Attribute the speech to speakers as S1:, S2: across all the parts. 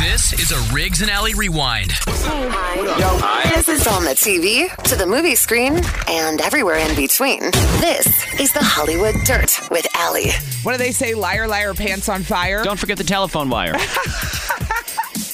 S1: This is a Riggs and Alley rewind.
S2: This is on the TV, to the movie screen, and everywhere in between. This is the Hollywood Dirt with Allie.
S3: What do they say? Liar, liar, pants on fire.
S4: Don't forget the telephone wire.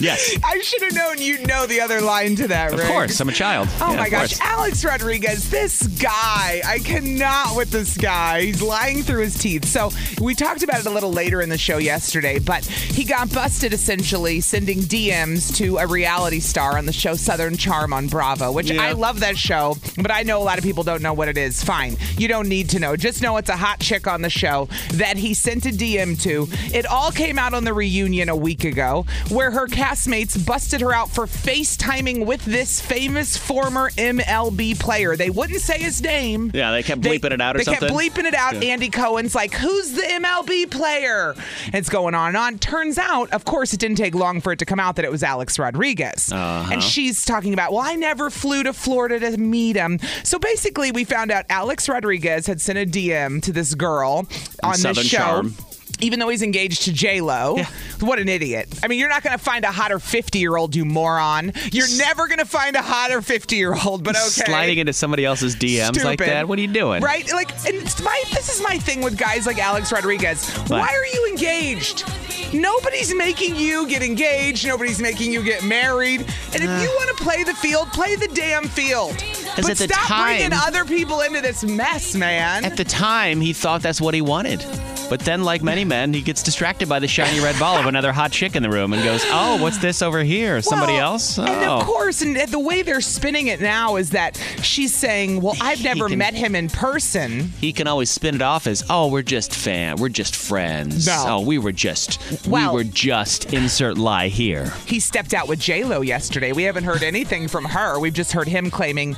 S4: yes.
S3: I should have known you'd know the other line to that,
S4: Of
S3: Riggs.
S4: course, I'm a child.
S3: Oh
S4: Yeah,
S3: my
S4: of
S3: gosh,
S4: course.
S3: Alex Rodriguez, this guy. I cannot with this guy. He's lying through his teeth. So, we talked about it a little later in the show yesterday, but he got busted essentially sending DMs to a reality star on the show Southern Charm on Bravo, which I love that show, but I know a lot of people don't know what it is. Fine. You don't need to know. Just know it's a hot chick on the show that he sent a DM to. It all came out on the reunion a week ago where her castmates busted her out for FaceTiming with this famous former MLB player. They wouldn't say his name.
S4: Yeah, they kept bleeping it out or
S3: they
S4: something?
S3: kept bleeping it out.
S4: Yeah.
S3: Andy Cohen's like, who's the MLB player? And it's going on and on. Turns out, of course, it didn't take long for it to come out that it was Alex Rodriguez.
S4: Uh-huh.
S3: And she's talking about, well, I never flew to Florida to meet him. So basically, we found out Alex Rodriguez had sent a DM to this girl on
S4: Southern
S3: this show
S4: Charm.
S3: even though he's engaged to J Lo. What an idiot! I mean, you're not going to find a hotter 50 year old, you moron. You're never going to find a hotter 50 year old. But okay,
S4: Sliding into somebody else's DMs like
S3: Stupid.
S4: that. What are you doing?
S3: Right? Like, and it's my this is my thing with guys like Alex Rodriguez. Why are you engaged? Nobody's making you get engaged. Nobody's making you get married. And if you want to play the field, play the damn field. But
S4: at the
S3: stop bringing
S4: time-
S3: other people into this mess, man.
S4: At the time, he thought that's what he wanted. But then, like many men, he gets distracted by the shiny red ball of another hot chick in the room and goes, Oh, what's this over here? Somebody
S3: Well,
S4: else?
S3: And of
S4: Oh.
S3: course, and the way they're spinning it now is that she's saying, "Well, I've
S4: He
S3: never
S4: can-
S3: met him in person."
S4: he can always spin it off as, "Oh, we're just fan, we're just friends.
S3: No.
S4: Oh, we were just,
S3: Well-
S4: we were just insert lie here."
S3: He stepped out with J Lo yesterday. We haven't heard anything from her. We've just heard him claiming,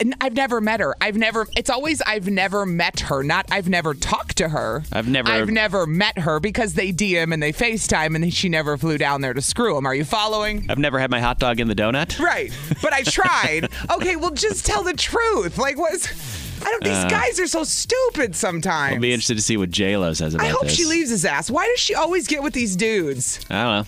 S3: "And "I've never met her. I've never." It's always, "I've never met her," not "I've never talked to her."
S4: I've never-
S3: I've never met her because they DM and they Facetime, and she never flew down there to screw him. Are you following?
S4: I've never had my hot dog in the donut.
S3: Right. But I tried. okay, well, just tell the truth. Like, what's. I don't. These guys are so stupid sometimes.
S4: Uh. I'll be interested to see what J Lo says about
S3: I hope
S4: this.
S3: she leaves his ass. Why does she always get with these dudes?
S4: I don't know.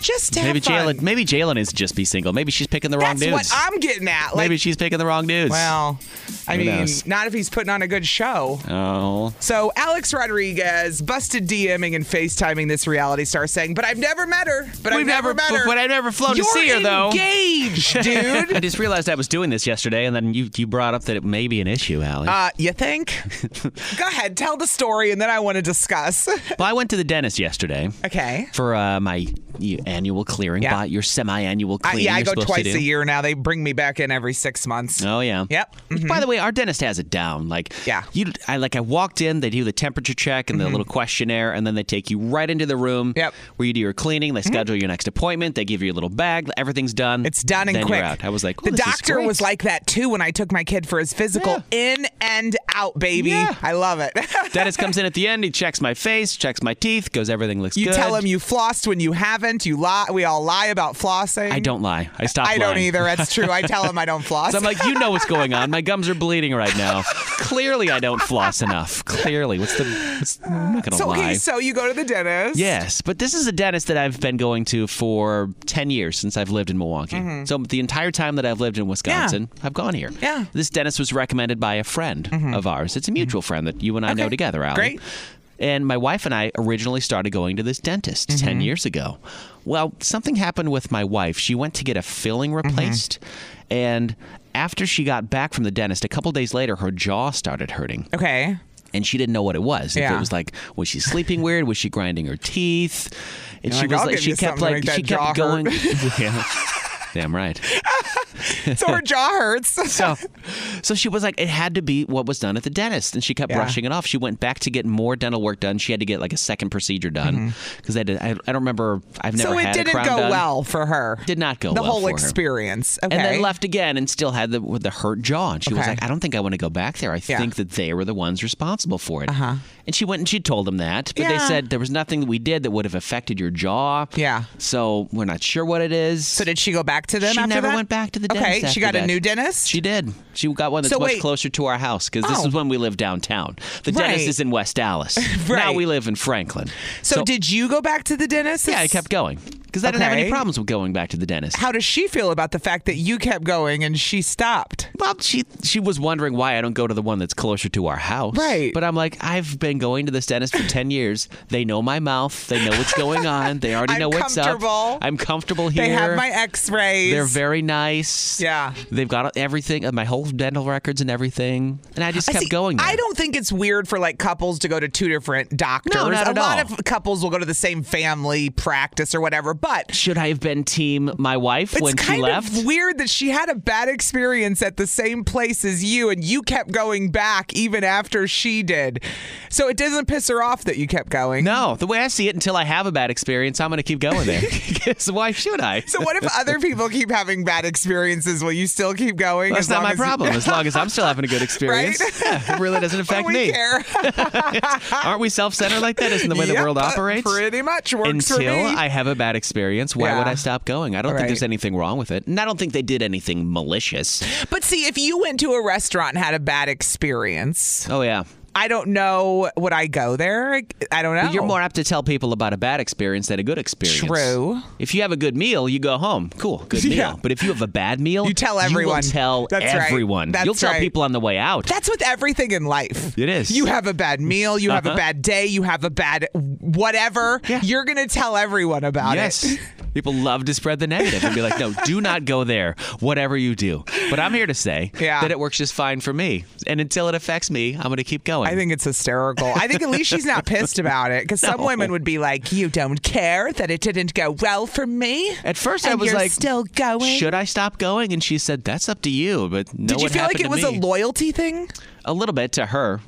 S3: Just have
S4: Maybe
S3: fun.
S4: Jalen. Maybe Jalen needs to just be single. Maybe she's picking the wrong
S3: That's
S4: dudes.
S3: what I'm getting at. Like,
S4: maybe she's picking the wrong dudes.
S3: well, I
S4: Who
S3: mean,
S4: knows?
S3: not if he's putting on a good show.
S4: Oh.
S3: So Alex Rodriguez busted DMing and FaceTiming this reality star, saying, "But I've never met her. But I've
S4: We've
S3: never,
S4: never-
S3: met her.
S4: but I've never flown to
S3: You're
S4: see her, though."
S3: Engaged, dude.
S4: I just realized I was doing this yesterday, and then you, you brought up that it may be an issue, Allie.
S3: Uh, you think? Go ahead, tell the story, and then I want to discuss.
S4: well, I went to the dentist yesterday
S3: okay.
S4: for uh, my you, annual clearing,
S3: Yeah.
S4: bought your semi-annual
S3: I,
S4: cleaning.
S3: yeah, I
S4: you're
S3: go
S4: supposed to
S3: twice
S4: do.
S3: a year now. They bring me back in every six months.
S4: Oh yeah.
S3: Yep. Mm-hmm.
S4: Which, By the way, our dentist has it down. Like
S3: Yeah. Mm-hmm.
S4: you I like I walked in, they do the temperature check and the little questionnaire, and then they take you right into the room
S3: Yep. Mm-hmm.
S4: where you do your cleaning, they schedule your next appointment, they give you a little bag, everything's done.
S3: It's done and
S4: then
S3: quick.
S4: You're out. I was like, "Ooh,
S3: the
S4: this is
S3: doctor
S4: great."
S3: was like that too when I took my kid for his physical. In and out, baby.
S4: Yeah.
S3: I love it.
S4: Dentist comes in at the end, he checks my face, checks my teeth, goes everything looks
S3: you
S4: good.
S3: tell him you flossed when you haven't. You lie. We all lie about flossing.
S4: I don't lie. I stop
S3: I don't
S4: lying.
S3: either. That's true. I tell him I don't floss.
S4: So I'm like, you know what's going on. My gums are bleeding right now. Clearly, I don't floss enough. Clearly, what's the? What's, I'm not gonna
S3: so
S4: lie.
S3: okay, so you go to the dentist.
S4: Yes, but this is a dentist that I've been going to for 10 years since I've lived in Milwaukee. So the entire time that I've lived in Wisconsin, I've gone here.
S3: Mm-hmm. Yeah. Mm-hmm.
S4: This dentist was recommended by a friend of ours. It's a mutual friend that you and I know together, Allie.
S3: Great.
S4: And my wife and I originally started going to this dentist
S3: Mm-hmm.
S4: 10 years ago. Well, something happened with my wife. She went to get a filling
S3: Mm-hmm.
S4: replaced. And after she got back from the dentist, a couple days later, her jaw started hurting
S3: Okay.
S4: and she didn't know what it was. If
S3: Yeah.
S4: it was like, was she sleeping weird? Was she grinding her teeth? And
S3: You're
S4: she
S3: like,
S4: was
S3: "I'll
S4: like,
S3: give
S4: she
S3: you
S4: kept
S3: something to
S4: like,
S3: make
S4: she
S3: that
S4: kept
S3: jaw
S4: going. yeah. Damn right.
S3: So her jaw hurts.
S4: So, so she was like, it had to be what was done at the dentist, and she kept
S3: Yeah.
S4: brushing it off. She went back to get more dental work done. She had to get like a second procedure done because I, I don't remember. I've never
S3: Mm-hmm. so it
S4: had a
S3: didn't
S4: crown
S3: go
S4: done.
S3: well for her.
S4: Did not go
S3: the
S4: well
S3: whole
S4: for her.
S3: experience. Okay.
S4: And then left again and still had the with the hurt jaw. And she was
S3: Okay.
S4: like, I don't think I want to go back there. I
S3: Yeah.
S4: think that they were the ones responsible for it. Uh-huh. And she went and she told them that. But they
S3: Yeah.
S4: said there was nothing that we did that would have affected your jaw.
S3: Yeah.
S4: So we're not sure what it is.
S3: So did she go back to them?
S4: she
S3: after
S4: never
S3: that?
S4: went back to the
S3: Okay.
S4: dentist.
S3: she
S4: after
S3: got a
S4: that.
S3: new dentist.
S4: She did. She got one that's
S3: So
S4: much
S3: wait.
S4: closer to our house because
S3: Oh.
S4: this is when we lived downtown. The dentist
S3: Right.
S4: is in West Dallas. Now
S3: Right.
S4: we live in Franklin.
S3: so, did you go back to the dentist?
S4: Yeah, I kept going because I didn't have any
S3: Okay.
S4: problems with going back to the dentist.
S3: How does she feel about the fact that you kept going and she stopped?
S4: Well, she she was wondering why I don't go to the one that's closer to our house.
S3: Right.
S4: But I'm like, I've been going to this dentist for ten years. They know my mouth. They know what's going on. They already
S3: I'm
S4: know what's up.
S3: comfortable.
S4: I'm comfortable here.
S3: They have my X-rays.
S4: They're very nice.
S3: Yeah.
S4: They've got everything, my whole dental records and everything. And I just
S3: I
S4: kept
S3: see,
S4: going. There.
S3: I don't think it's weird for like couples to go to two different doctors.
S4: No, not
S3: a
S4: at
S3: lot
S4: all.
S3: of couples will go to the same family practice or whatever, but
S4: Should I have been team my wife
S3: it's
S4: when
S3: kind
S4: she left?
S3: of weird that she had a bad experience at the same place as you and you kept going back even after she did. So it doesn't piss her off that you kept going.
S4: No, the way I see it, until I have a bad experience, I'm going to keep going there. 'Cause why should I?
S3: So what if other people keep having bad experiences? Will you still keep going?
S4: That's
S3: as
S4: not
S3: long
S4: my
S3: as-
S4: problem. As long as I'm still having a good experience, yeah, it really doesn't
S3: What do
S4: affect
S3: we
S4: me.
S3: care?
S4: Aren't we self-centered like that? Isn't the way the
S3: Yep,
S4: world operates?
S3: Pretty much works
S4: Until
S3: for me.
S4: I have a bad experience, why would
S3: Yeah.
S4: I stop going? I don't
S3: Right.
S4: think there's anything wrong with it, and I don't think they did anything malicious.
S3: But see, if you went to a restaurant and had a bad experience,
S4: Oh yeah,
S3: I don't know would I go there. I don't know.
S4: But you're more apt to tell people about a bad experience than a good experience.
S3: True.
S4: If you have a good meal, you go home. Cool, good meal.
S3: Yeah.
S4: But if you have a bad meal,
S3: You tell
S4: will
S3: everyone.
S4: tell
S3: That's right.
S4: everyone.
S3: That's
S4: You'll tell
S3: right.
S4: people on the way out.
S3: That's with everything in life.
S4: It is. Uh-huh.
S3: You have a bad meal, you have a bad day, you have a bad whatever.
S4: Yeah.
S3: You're going to tell everyone about
S4: yes.
S3: it.
S4: People love to spread the negative and be like, no, do not go there, whatever you do. But I'm here to say
S3: Yeah.
S4: that it works just fine for me. And until it affects me, I'm going to keep going.
S3: I think it's hysterical. I think at least she's not pissed about it because some women would be like, "You don't care that it didn't go well for me."
S4: At first, I
S3: And
S4: was
S3: you're
S4: like,
S3: "Still going?"
S4: Should I stop going? And she said, that's up to you. But no
S3: Did you
S4: one
S3: feel like
S4: happened
S3: it
S4: to
S3: was
S4: me.
S3: a loyalty thing?
S4: a little bit to her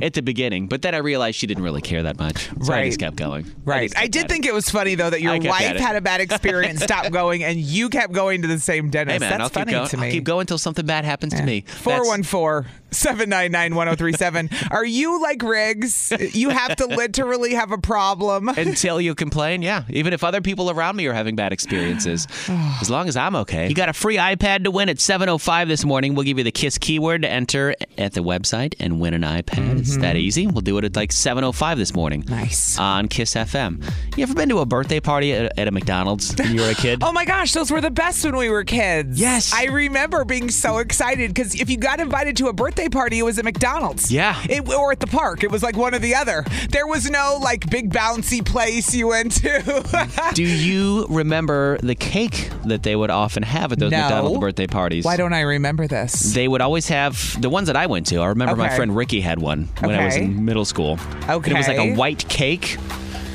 S4: at the beginning, but then I realized she didn't really care that much. So I
S3: Hmm. Right.
S4: just kept going. I
S3: Right.
S4: just
S3: I,
S4: kept
S3: did
S4: at it.
S3: think it was funny though that your
S4: I kept at
S3: wife
S4: it.
S3: had a bad experience, stopped going, and you kept going to the same dentist.
S4: Hey man,
S3: That's
S4: I'll
S3: funny
S4: keep going.
S3: to me.
S4: I'll keep going until something bad happens to me. That's-
S3: 414 799 1037. Are you like Riggs? You have to literally have a problem.
S4: until you complain, yeah. Even if other people around me are having bad experiences, as long as I'm okay. You got a free iPad to win at 7:05 this morning. We'll give you the Kiss keyword to enter at the website and win an iPad. It's that easy. We'll do it at like 7:05 this morning.
S3: Mm-hmm. Nice.
S4: On Kiss FM. You ever been to a birthday party at, at a McDonald's when you were a kid?
S3: Oh my gosh, those were the best when we were kids.
S4: Yes.
S3: I remember being so excited because if you got invited to a birthday party, it was at McDonald's.
S4: Yeah.
S3: It, or at the park. It was like one or the other. There was no like big bouncy place you went to.
S4: Do you remember the cake that they would often have at those
S3: No.
S4: McDonald's birthday parties?
S3: Why don't I remember this?
S4: they would always have the ones that I went to. I remember my
S3: Okay.
S4: friend Ricky had one when I was
S3: Okay.
S4: in middle school. And it was like
S3: Okay.
S4: a white cake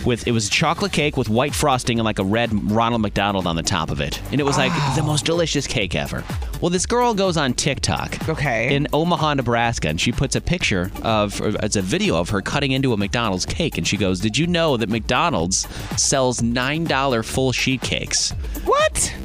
S4: with it was chocolate cake with white frosting and like a red Ronald McDonald on the top of it. And it was like the most delicious cake ever. Well, this girl goes on TikTok.
S3: Okay.
S4: In Omaha, Nebraska, and she puts a picture of or it's a video of her cutting into a McDonald's cake and she goes, "Did you know that McDonald's sells $9 full sheet cakes?"
S3: What?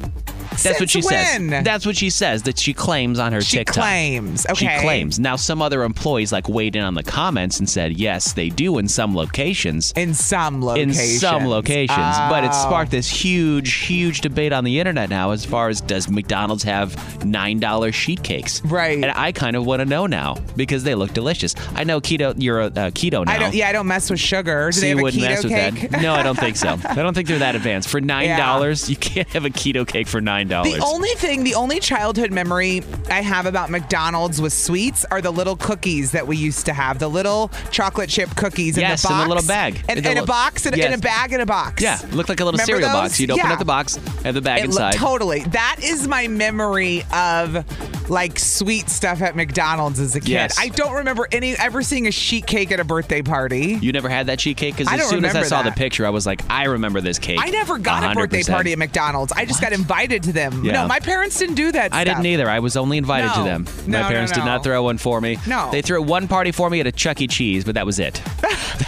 S4: That's what she
S3: Since when?
S4: says. That's what she says that she claims on her
S3: She
S4: TikTok.
S3: claims. Okay.
S4: She claims. Now, some other employees like weighed in on the comments and said, yes, they do in some locations.
S3: In some
S4: In
S3: locations.
S4: some locations. But it
S3: Oh.
S4: sparked this huge, huge debate on the internet now as far as does McDonald's have $9 sheet cakes?
S3: Right.
S4: And I kind of want to know now because they look delicious. I know keto, you're a uh, keto now.
S3: I don't. Yeah, I don't mess with sugar. Do
S4: So
S3: they
S4: you
S3: have a
S4: wouldn't
S3: keto
S4: mess with
S3: cake?
S4: that. No, I don't think so. I don't think they're that advanced. For nine dollars, you can't have a keto cake for nine dollars.
S3: The only thing, the only childhood memory I have about McDonald's with sweets are the little cookies that we used to have, the little chocolate chip cookies
S4: Yes,
S3: in the
S4: in
S3: box.
S4: the little bag.
S3: And,
S4: In the
S3: in a
S4: little-
S3: box, and, in a
S4: Yes.
S3: bag, in a box.
S4: yeah, looked like a little
S3: Remember
S4: cereal box.
S3: those?
S4: You'd open
S3: Yeah.
S4: up the box, have the bag
S3: It lo-
S4: inside.
S3: totally. That is my memory of like sweet stuff at McDonald's as a kid.
S4: Yes.
S3: I don't remember any ever seeing a sheet cake at a birthday party.
S4: you never had that sheet cake because
S3: I
S4: as
S3: don't
S4: soon as I
S3: remember
S4: saw the
S3: that.
S4: picture, I was like, I remember this cake.
S3: I never got a birthday
S4: 100%.
S3: party at McDonald's. I just got invited to them.
S4: Yeah.
S3: No, my parents didn't do that.
S4: I didn't
S3: stuff.
S4: either. I was only invited to
S3: No.
S4: them.
S3: No,
S4: My
S3: no,
S4: parents did
S3: no.
S4: not throw one for me.
S3: No.
S4: They threw one party for me at a Chuck E. Cheese, but that was it.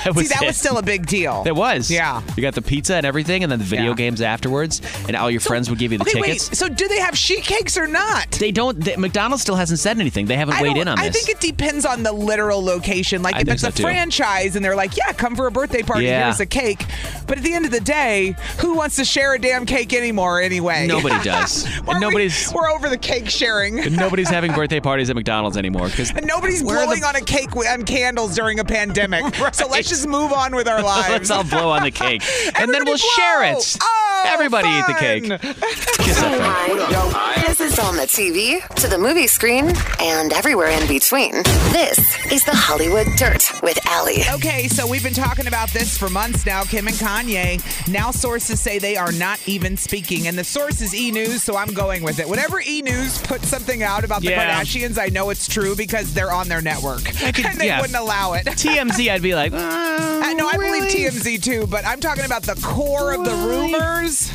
S4: That was
S3: See, that
S4: it.
S3: was still a big deal.
S4: It was.
S3: Yeah.
S4: You got the pizza and everything, and then the video
S3: Yeah.
S4: games afterwards, and all your friends would give you the
S3: okay,
S4: tickets.
S3: Wait, so do they have sheet cakes or not?
S4: They don't. They, McDonald's still hasn't said anything. They haven't
S3: I
S4: weighed
S3: don't-
S4: in on
S3: I
S4: this.
S3: think it depends on the literal location. Like
S4: I
S3: if
S4: think
S3: it's
S4: so,
S3: a
S4: too.
S3: franchise and they're like, "Yeah, come for a birthday party.
S4: Yeah.
S3: Here's a cake." But at the end of the day, who wants to share a damn cake anymore anyway?
S4: Nobody does. And
S3: We're-
S4: nobody's-
S3: we're over the cake sharing.
S4: And Nobody's having birthday parties at McDonald's anymore because
S3: And nobody's blowing on a cake with, on candles during a pandemic. So let's just move on with our lives.
S4: Let's all blow on the cake, and then
S3: Everybody
S4: we'll share
S3: blow.
S4: it.
S3: Oh,
S4: Everybody eat the cake.
S3: fun.
S4: Kiss up, friend.
S2: Hi. This is on the TV, to the movie screen, and everywhere in between. This is the Hollywood Dirt with Allie.
S3: Okay, so we've been talking about this for months now. Kim and Kanye. Now sources say they are not even speaking, and the source is E News, so I'm going with it. Whenever E News puts something out about the
S4: Yeah.
S3: Kardashians, I know it's true because they're on their network,
S4: could-
S3: and they
S4: yeah.
S3: wouldn't allow it.
S4: TMZ, I'd be like,
S3: I know I believe
S4: really?
S3: TMZ too, but I'm talking about the core of the
S4: Why?
S3: rumors.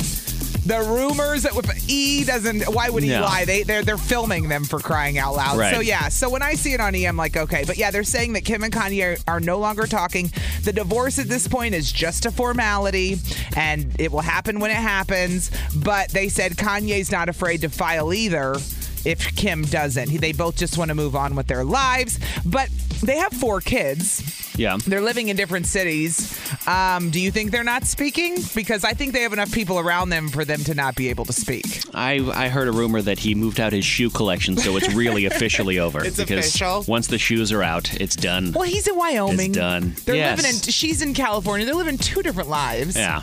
S3: The rumors that with E doesn't. Why would E
S4: No.
S3: lie? They they're they're filming them for crying out loud.
S4: Right.
S3: So yeah. So when I see it on E, I'm like, okay. But yeah, they're saying that Kim and Kanye are, are no longer talking. The divorce at this point is just a formality, and it will happen when it happens. But they said Kanye's not afraid to file either. If Kim doesn't, He- they both just want to move on with their lives. But they have four kids.
S4: yeah.
S3: They're living in different cities. Um, do you think they're not speaking? Because I think they have enough people around them for them to not be able to speak.
S4: I, I heard a rumor that he moved out his shoe collection, so it's really officially over.
S3: It's
S4: because
S3: official.
S4: Once the shoes are out, it's done.
S3: Well, he's in Wyoming.
S4: It's done.
S3: They're
S4: Yes.
S3: living in. She's in California. They're living two different lives.
S4: Yeah.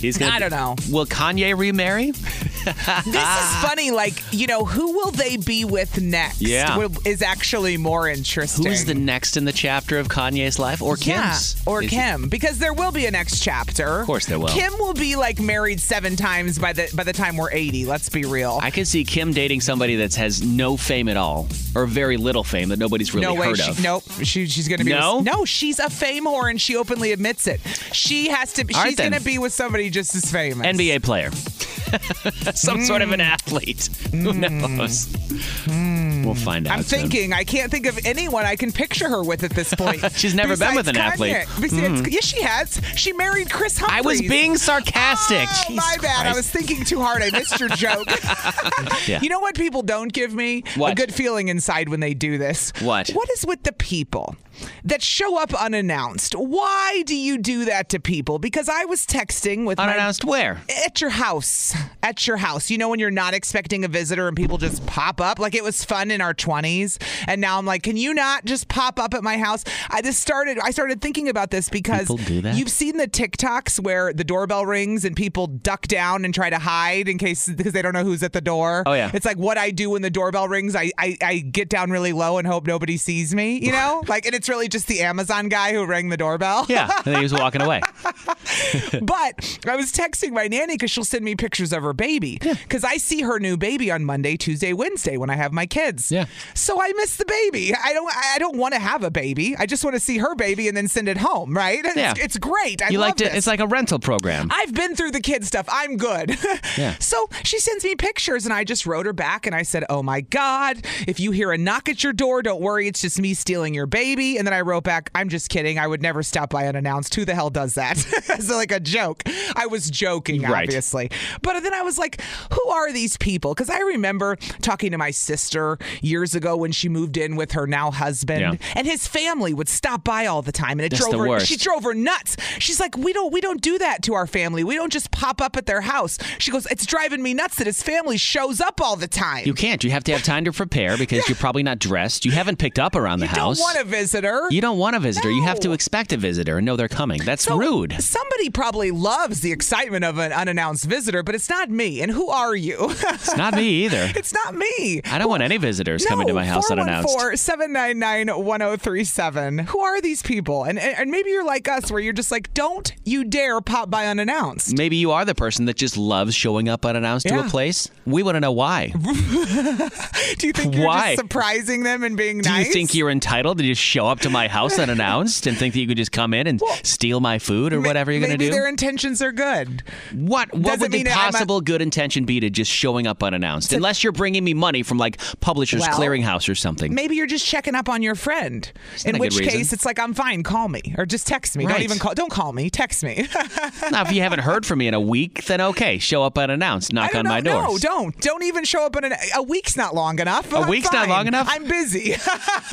S4: He's gonna.
S3: I don't know.
S4: Will Kanye remarry?
S3: This is funny. Like, you know, who will they be with next?
S4: Yeah.
S3: will- Is actually more interesting.
S4: Who's the next in the chapter of Kanye's life, or Kim's?
S3: Yeah, or
S4: Is-
S3: Kim, because there will be a next chapter. Of
S4: course there will.
S3: Kim will be like married seven times by the by the time we're eighty. Let's be real.
S4: I could see Kim dating somebody that has no fame at all, or very little fame that nobody's really
S3: no way.
S4: heard
S3: she,
S4: of.
S3: Nope. She, she's going to be.
S4: No?
S3: With, no. She's a fame whore, and she openly admits it. She has to. She's
S4: right, then.
S3: going to be with somebody just as famous.
S4: NBA player. Some sort
S3: Hmm.
S4: of an athlete. Who knows? We'll find out.
S3: I'm
S4: soon.
S3: thinking. I can't think of anyone I can picture her with at this point.
S4: She's never been
S3: Besides
S4: with an
S3: Kanye.
S4: athlete. Hmm.
S3: Besides, Yes, she has. She married Chris Humphries.
S4: I was being sarcastic.
S3: Oh,
S4: Jesus
S3: my bad. I
S4: Christ.
S3: was thinking too hard. I missed your joke.
S4: Yeah.
S3: You know what people don't give me? A
S4: What?
S3: good feeling inside when they do this.
S4: What?
S3: What is with the people that show up unannounced? Why do you do that to people? Because I was texting with my
S4: Unannounced where?
S3: at your house at your house you know when you're not expecting a visitor and people just pop up like it was fun in our 20s and now i'm like can you not just pop up at my house i just started i started thinking about this because
S4: People do that?
S3: you've seen the tiktoks where the doorbell rings and people duck down and try to hide in case because they don't know who's at the door
S4: Oh, yeah.
S3: it's like what i do when the doorbell rings i i, I get down really low and hope nobody sees me you know like and it's really just the amazon guy who rang the doorbell
S4: Yeah, and then he was walking away.
S3: but I was texting my nanny because she'll send me pictures of her baby. Because I see her new baby on Monday, Tuesday, Wednesday when I have my kids.
S4: Yeah.
S3: So I miss the baby. I don't. I don't want to have a baby. I just want to see her baby and then send it home. Right? It's,
S4: Yeah.
S3: it's great. I
S4: you
S3: love
S4: liked it?
S3: this.
S4: It's like a rental program.
S3: I've been through the kid stuff. I'm good.
S4: Yeah.
S3: So she sends me pictures, and I just wrote her back and I said, Oh my God, if you hear a knock at your door, don't worry. It's just me stealing your baby. And then I wrote back, I'm just kidding. I would never stop by unannounced. Who the hell does that? As like a joke. I was joking,
S4: Right.
S3: obviously. But then I was like, Who are these people? Because I remember talking to my sister years ago when she moved in with her now husband,
S4: Yeah.
S3: and his family would stop by all the time. And it
S4: That's
S3: drove
S4: the
S3: her,
S4: worst.
S3: she drove her nuts. She's like, we don't we don't do that to our family. We don't just pop up at their house. She goes, it's driving me nuts that his family shows up all the time.
S4: You can't. You have to have time to prepare because you're probably not dressed. You haven't picked up around the
S3: You
S4: house.
S3: don't want to visit visitor.
S4: You don't want a visitor. You have to expect a visitor and know they're coming. That's rude.
S3: Somebody probably loves the excitement of an unannounced visitor, but it's not me. And who are you?
S4: It's not me either.
S3: it's not me.
S4: I don't want any visitors coming to my house unannounced.
S3: 414-799-1037. Who are these people? And and maybe you're like us where you're just like, don't you dare pop by unannounced.
S4: Maybe you are the person that just loves showing up unannounced to
S3: Yeah.
S4: a place. We want to know why.
S3: Do you think you're
S4: Why?
S3: just surprising them and being
S4: Do you
S3: nice?
S4: think you're entitled to just show up to my house unannounced and think that you could just come in and steal my food or
S3: Ma-
S4: whatever you're going to
S3: Maybe
S4: do?
S3: their intentions are good.
S4: What what
S3: Doesn't
S4: would the
S3: mean I'm a-
S4: possible good intention be to just showing up unannounced? Unless you're bringing me money from like Publishers
S3: Well,
S4: Clearinghouse or something.
S3: Maybe you're just checking up on your friend.
S4: not
S3: In
S4: a
S3: which
S4: good reason.
S3: case, it's like I'm fine. Call me or just text me.
S4: Right.
S3: Don't even call. Don't call me. Text me.
S4: now, if you haven't heard from me in a week, then okay, show up unannounced,
S3: I
S4: knock
S3: don't know.
S4: on my door.
S3: No, don't. Don't even show up in an, a week's not long enough.
S4: A
S3: I'm
S4: week's not
S3: fine.
S4: long enough?
S3: I'm busy.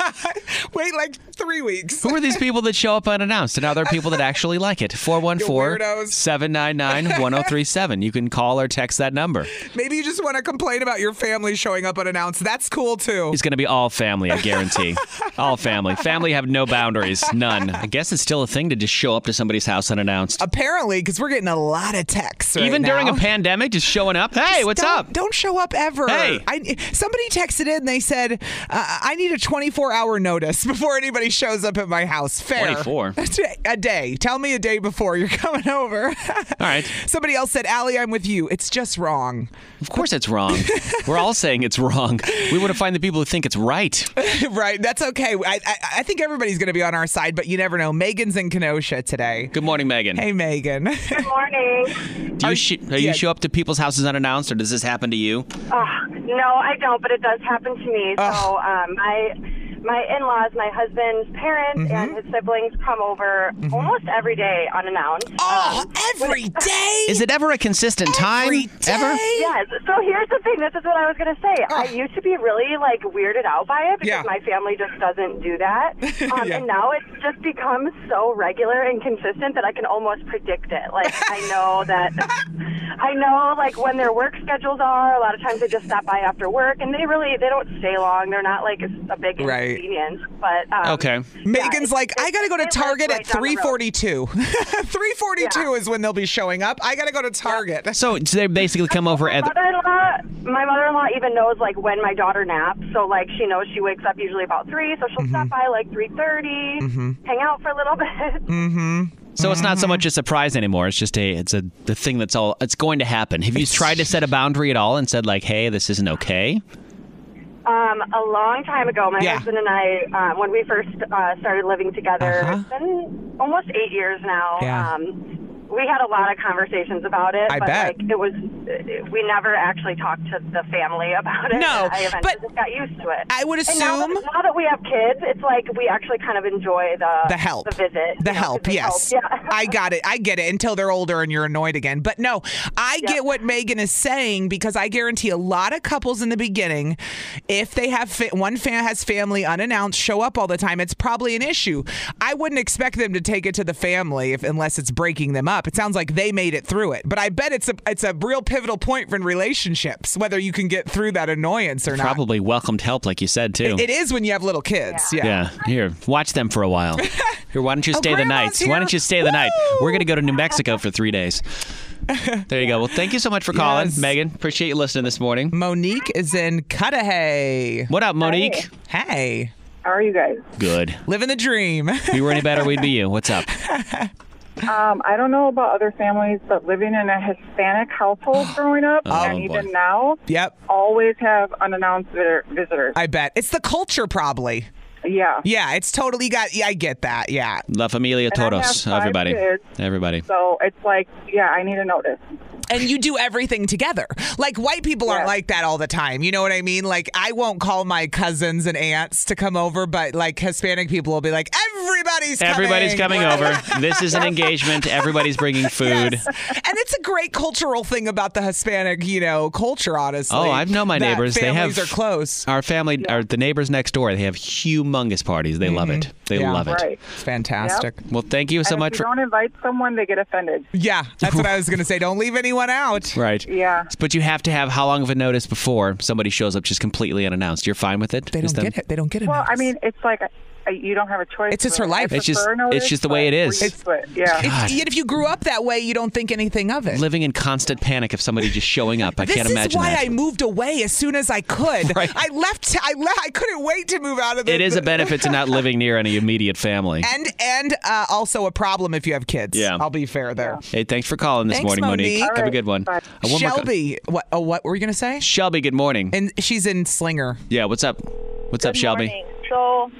S3: Wait like three weeks.
S4: Who are these people that show up unannounced? And are there people that actually like it? 414 799 1037. You can call or text that number.
S3: Maybe you just want to complain about your family showing up unannounced. That's cool too.
S4: It's going to be all family, I guarantee. all family. Family have no boundaries, none. I guess it's still a thing to just show up to somebody's house unannounced.
S3: Apparently, because we're getting a lot of texts. right
S4: Even during a
S3: now.
S4: pandemic, just showing up. Hey, what's
S3: don't,
S4: up?
S3: Don't show up ever.
S4: Hey.
S3: I, somebody texted in. They said, uh, "I need a 24-hour notice before anybody shows up at my house." Fair.
S4: 24?
S3: A day. Tell me a day before you're coming over. All
S4: right.
S3: Somebody else said, "Allie, I'm with you. It's just wrong."
S4: Of course it's wrong. We're all saying it's wrong. We want to find the people who think it's right.
S3: right. That's okay. I, I, I think everybody's going to be on our side, but you never know. Megan's in Kenosha today.
S4: Good morning, Megan.
S3: Hey, Megan.
S5: Good morning.
S4: do you, sh- do
S3: yeah.
S4: you show up to people's houses unannounced, or does this happen to you?
S5: Oh, no, I don't, but it does happen to me. So
S6: Ah.
S5: um, I, my in-laws, my husband's parents,
S6: Mm-hmm.
S5: and his siblings come over almost every day unannounced.
S3: oh,
S5: Um,
S3: every day.
S4: Is it ever a consistent time?
S3: Every
S4: Ever?
S3: day?
S5: Yes. So here's the thing. This is what I was gonna say. I used to be really like weirded out by it
S3: Yeah.
S5: because my family just doesn't do that, um,
S3: Yeah.
S5: and now it's just become so regular and consistent that I can almost predict it. Like I know that. I know, like when their work schedules are. A lot of times they just stop by after work, and they really they don't stay long. They're not like a big
S3: Right.
S5: inconvenience. But um,
S4: Okay.
S3: Megan's
S5: yeah,
S3: like,
S5: it's-
S3: I gotta go to
S5: it lives
S3: Target
S5: right
S3: at
S5: down the road.
S3: 342. 342
S5: Yeah.
S3: is when they'll be showing up. I gotta go to Target.
S4: So, so they basically come over at.
S5: mother-in-law, my mother-in-law even knows like when my daughter naps, so like she knows she wakes up usually about three, so she'll
S4: Mm-hmm.
S5: stop by like three hang out for a little bit.
S4: Mm-hmm. So it's not so much a surprise anymore. It's just a it's a the thing that's all it's going to happen. Have you tried to set a boundary at all and said like, hey, this isn't okay?
S5: Um, a long time ago, my
S3: Yeah.
S5: husband and I, uh, when we first uh, started living together,
S3: Uh-huh.
S5: it's been almost eight years now.
S3: Yeah.
S5: Um, we had a lot of conversations about it,
S3: I
S5: but
S3: bet.
S5: like it was, we never actually talked to the family about it.
S3: No,
S5: I eventually
S3: but
S5: just got used to it.
S3: I would
S5: And now that-
S3: assume-
S5: now that we have kids, it's like we actually kind of enjoy the
S3: The help.
S5: the visit,
S3: The
S5: you know,
S3: help,
S5: 'cause they
S3: yes.
S5: help. Yeah.
S3: I got it. I get it until they're older and you're annoyed again. But no, I get what Megan is saying because I guarantee a lot of couples in the beginning, if they have fa- one fan has family unannounced show up all the time, it's probably an issue. I wouldn't expect them to take it to the family if unless it's breaking them up. It sounds like they made it through it, but I bet it's a it's a real pivotal point in relationships whether you can get through that annoyance or not.
S4: Probably welcomed help, like you said too.
S3: It is when you have little kids. Yeah. Oh,
S4: Yeah, here, watch them for a while. Here, why don't you stay the night?
S3: grandma's
S4: Why
S3: here.
S4: don't you stay the night? We're
S3: Woo!
S4: gonna go to New Mexico for three days. There you go. Well, thank you so much for calling,
S3: Yes.
S4: Megan. Appreciate you listening this morning.
S3: Monique is in Cudahy.
S4: What up, Monique?
S3: Hey,
S5: How are you guys?
S4: Good.
S3: living the dream.
S4: If we were any better, we'd be you. What's up?
S5: Um, I don't know about other families, but living in a Hispanic household growing up,
S4: Oh,
S5: and
S4: boy.
S5: even now,
S3: yep.
S5: always have unannounced visitor- visitors.
S3: I bet. It's the culture, probably.
S5: yeah.
S3: Yeah, it's totally got. Yeah, I get that. Yeah.
S4: La Familia
S5: I have
S4: Toros.
S5: five
S4: Everybody.
S5: kids.
S4: Everybody.
S5: So it's like, yeah, I need a notice.
S3: And you do everything together. Like, white people aren't
S5: Yes.
S3: like that all the time. You know what I mean? Like, I won't call my cousins and aunts to come over, but like, Hispanic people will be like, everybody's coming.
S4: Everybody's coming
S3: We're-
S4: over. This is an engagement. Everybody's bringing food.
S3: Yes. And it's a great cultural thing about the Hispanic, you know, culture, honestly.
S4: Oh, I've known my
S3: that
S4: neighbors. They have
S3: Families are close.
S4: Our family, our, the neighbors next door, they have humongous parties. They love it. They
S3: Yeah.
S4: love it.
S5: Right.
S3: It's fantastic.
S4: Well, thank you so
S5: and
S4: much
S5: if
S4: for
S5: you don't invite someone, they get offended.
S3: Yeah, that's what I was going to say. Don't leave anyone out.
S4: Right.
S5: Yeah.
S4: But you have to have how long of a notice before somebody shows up just completely unannounced. You're fine with it?
S3: They
S4: Is
S3: don't
S4: them-
S3: get it. They don't get it.
S5: Well, I mean, it's like
S7: I, you don't have a choice.
S3: It's just
S7: really.
S3: her life.
S7: I
S4: It's just-
S7: prefer no
S4: it's just the way
S7: but
S4: it is.
S7: we're used to it, yeah.
S4: God.
S3: Yet if you grew up that way, you don't think anything of it.
S4: Living in constant panic of somebody just showing up. I
S3: this
S4: can't
S3: is
S4: imagine
S3: why
S4: that.
S3: I moved away as soon as I could.
S4: Right.
S3: I left. I left. I couldn't wait to move out of the.
S4: it is a benefit to not living near any immediate family.
S3: and and uh, also a problem if you have kids.
S4: Yeah.
S3: I'll be fair there.
S4: Hey, thanks for calling this
S3: Thanks,
S4: morning, Monique.
S3: Monique. All
S4: Have a
S3: right,
S4: good one.
S3: bye.
S4: Uh, one more co-
S3: Shelby, what? Oh, what were you gonna say?
S4: Shelby, good morning.
S3: And she's in Slinger.
S4: Yeah, what's up? What's up,
S8: Good
S4: Shelby?
S8: morning. So,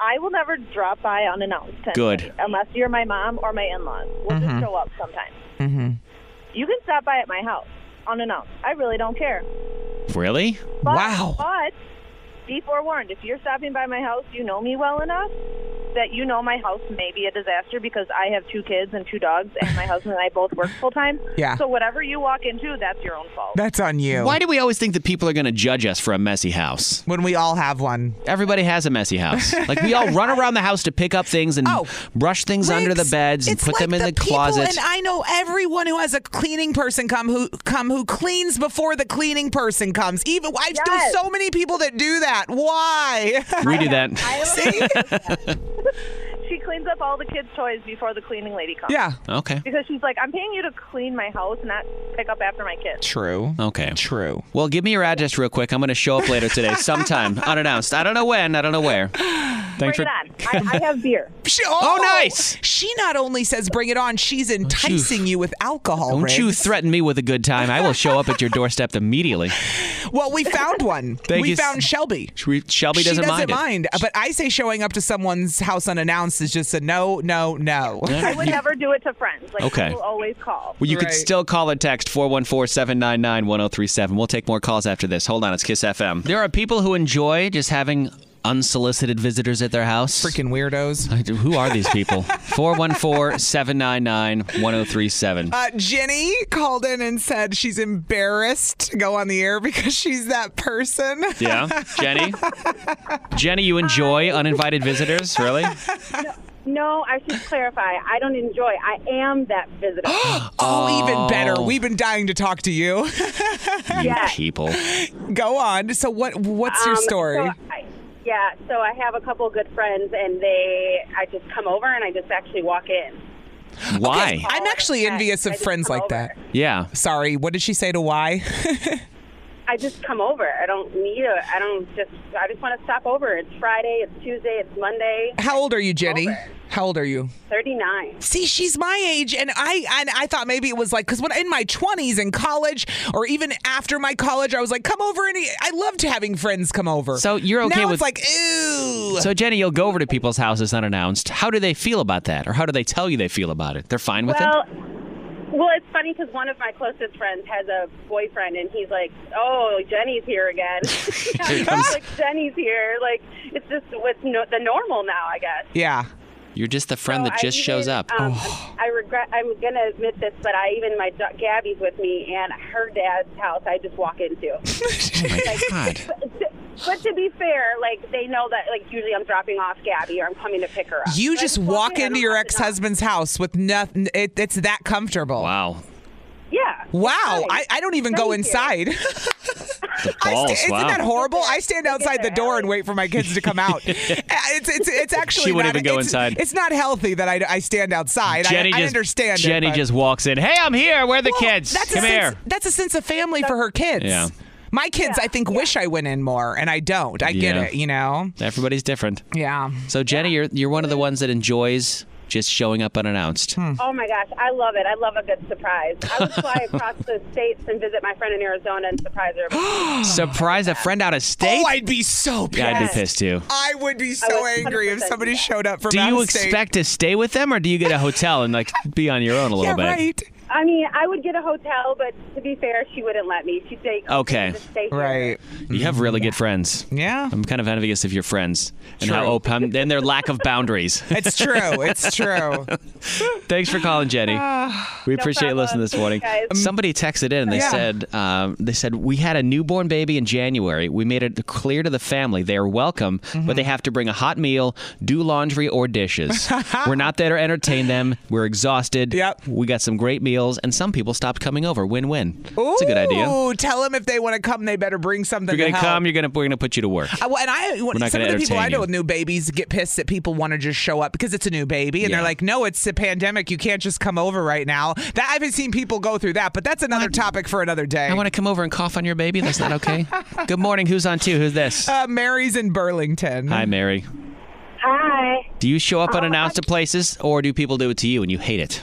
S8: I will never drop by unannounced. to
S4: Good.
S8: anybody, Unless you're my mom or my in-laws, we'll
S4: Mhm.
S8: just show up sometime.
S3: Mm-hmm.
S8: You can stop by at my house unannounced. I really don't care.
S4: Really?
S8: But, But be forewarned: if you're stopping by my house, you know me well enough that you know my house may be a disaster because I have two kids and two dogs, and my husband and I both work full time.
S4: Yeah.
S8: So whatever you walk into, that's your own fault.
S3: That's on you.
S4: Why do we always think that people are going to judge us for a messy house?
S3: When we all have one.
S4: Everybody has a messy house. Like we all run around the house to pick up things and brush things under the beds and
S3: it's
S4: put them in
S3: like
S4: the,
S3: people,
S4: closet.
S3: And I know everyone who has a cleaning person come who come who cleans before the cleaning person comes. Even I know so many people that do that. Why?
S4: we do that.
S8: She cleans up all the kids' toys before the cleaning lady comes.
S4: Yeah. Okay.
S8: Because she's like, I'm paying you to clean my house, not pick up after my kids.
S3: True.
S4: Okay.
S3: True.
S4: Well, give me your address real quick. I'm going to show up later today, sometime, unannounced. I don't know when. I don't know where. Thanks
S8: Bring
S4: for.
S8: it on. I, I have beer.
S3: She, oh, nice! She not only says bring it on, she's enticing you with alcohol.
S4: Don't you
S3: Riggs.
S4: threaten me with a good time. I will show up at your doorstep immediately.
S3: Well, we found one.
S4: Thank
S3: we
S4: you.
S3: found Shelby.
S4: Shelby doesn't,
S3: she doesn't
S4: mind. it.
S3: mind, uh, but I say showing up to someone's house unannounced is just a no, no, no.
S8: I would never do it to friends. Like,
S4: Okay.
S8: I will always call.
S4: Well, you could still call and text 414 799 1037. We'll take more calls after this. Hold on, it's Kiss FM. There are people who enjoy just having unsolicited visitors at their house. Freaking
S3: weirdos.
S4: who are these people? 414 799 1037.
S3: Uh, Jenny called in and said she's embarrassed to go on the air because she's that person.
S4: Yeah, Jenny? Jenny, you enjoy uninvited visitors? Really?
S9: No, I should clarify. I don't enjoy. I am that visitor.
S3: Oh, even better.
S4: Oh.
S3: We've been dying to talk to you.
S4: People.
S3: Go on. So what? What's your
S9: Um,
S3: story?
S9: so I- yeah, so I have a couple good friends, and they, I just come over and I just actually walk in.
S4: Why?
S3: I'm actually envious of friends like that.
S4: Yeah.
S3: Sorry. What did she say to why?
S9: I just come over. I don't need a. I don't just. I just want to stop over. It's Friday. It's Tuesday. It's Monday.
S3: How old are you, Jenny? How old are you?
S9: Thirty nine.
S3: See, she's my age, and I and I thought maybe it was like because when in my twenties in college or even after my college, I was like, come over and eat. I loved having friends come over.
S4: So you're okay
S3: now
S4: with-
S3: it's like ooh.
S4: So, Jenny, you'll go over to people's houses unannounced. How do they feel about that? Or how do they tell you they feel about it? They're fine with
S9: well,
S4: it?
S9: well, it's funny because one of my closest friends has a boyfriend, and he's like, "Oh, Jenny's here again.
S4: Here it comes.
S9: like Jenny's here. Like it's just what's no, the normal now, I guess."
S3: yeah.
S4: You're just the friend
S9: So
S4: that
S9: I
S4: just shows
S9: even,
S4: up. Oh.
S9: Um, I regret. I'm gonna admit this, but I even my da- Gabby's with me, and her dad's house. I just walk into.
S4: my God.
S9: but to be fair, like they know that. Like usually, I'm dropping off Gabby, or I'm coming to pick her up.
S3: You
S9: So I
S3: just walk
S9: in, I
S3: into
S9: don't
S3: your
S9: have to
S3: ex husband's house with nothing. It, it's that comfortable.
S4: Wow.
S9: Yeah.
S3: Wow. I, I don't even go inside.
S4: Balls,
S3: Isn't
S4: wow.
S3: that horrible? I stand outside the door and wait for my kids to come out. Uh, it's, it's, it's actually
S4: She wouldn't
S3: not,
S4: even go
S3: it's-
S4: inside.
S3: It's not healthy that I, I stand outside.
S4: Jenny
S3: I,
S4: just,
S3: I understand. it,
S4: Jenny
S3: but-
S4: just walks in. Hey, I'm here. Where are the
S3: Well,
S4: kids?
S3: That's
S4: Come
S3: a
S4: here.
S3: Sense, that's a sense of family for her kids.
S4: Yeah.
S3: My kids, I think, wish I went in more, and I don't. I get
S4: Yeah.
S3: it, you know?
S4: Everybody's different.
S3: Yeah.
S4: So Jenny, you're you're one of the ones that enjoys just showing up unannounced.
S3: Hmm.
S9: Oh my gosh, I love it. I love a good surprise. I would fly across the states and visit my friend in Arizona and surprise her.
S4: Surprise a friend out of state.
S3: Oh, I'd be so pissed.
S4: Yeah, I'd be pissed too.
S3: I would be so angry if somebody showed up from
S4: do
S3: out
S4: you
S3: of state.
S4: expect to stay with them, or do you get a hotel and like be on your own a little bit?
S9: I mean, I would get a hotel, but to be fair, she wouldn't let me. She'd say,
S4: Okay.
S9: just stay here."
S3: Right.
S4: You have really good friends.
S3: Yeah.
S4: I'm kind of envious of your friends and how
S3: True.
S4: open and their lack of boundaries.
S3: It's true. It's true.
S4: Thanks for calling, Jenny.
S3: Ah,
S4: We appreciate listening this morning. Somebody texted in and they
S3: Um, Yeah.
S4: said um, they said we had a newborn baby in January. We made it clear to the family they are welcome, but they have to bring a hot meal, do laundry or dishes. We're not there to entertain them. We're exhausted. Yep. We got some great meals bills, and some people stopped coming over. Win-win. It's a good idea.
S3: Ooh, tell them if they want to come, they better bring something.
S4: You're gonna
S3: to help.
S4: come. You're gonna we're gonna put you to work.
S3: I, Uh, well, and I,
S4: We're not
S3: some
S4: gonna
S3: of the people I
S4: entertain
S3: know
S4: you.
S3: with new babies get pissed that people want to just show up because it's a new baby, and they're like, "No, it's the pandemic. You can't just come over right now." That I've seen people go through that, but that's another topic for another day.
S4: I want to come over and cough on your baby. That's not okay. Good morning. Who's on two? Who's this?
S3: Uh, Mary's in Burlington.
S4: Hi, Mary.
S10: Hi.
S4: Do you show up unannounced to places, or do people do it to you and you hate it?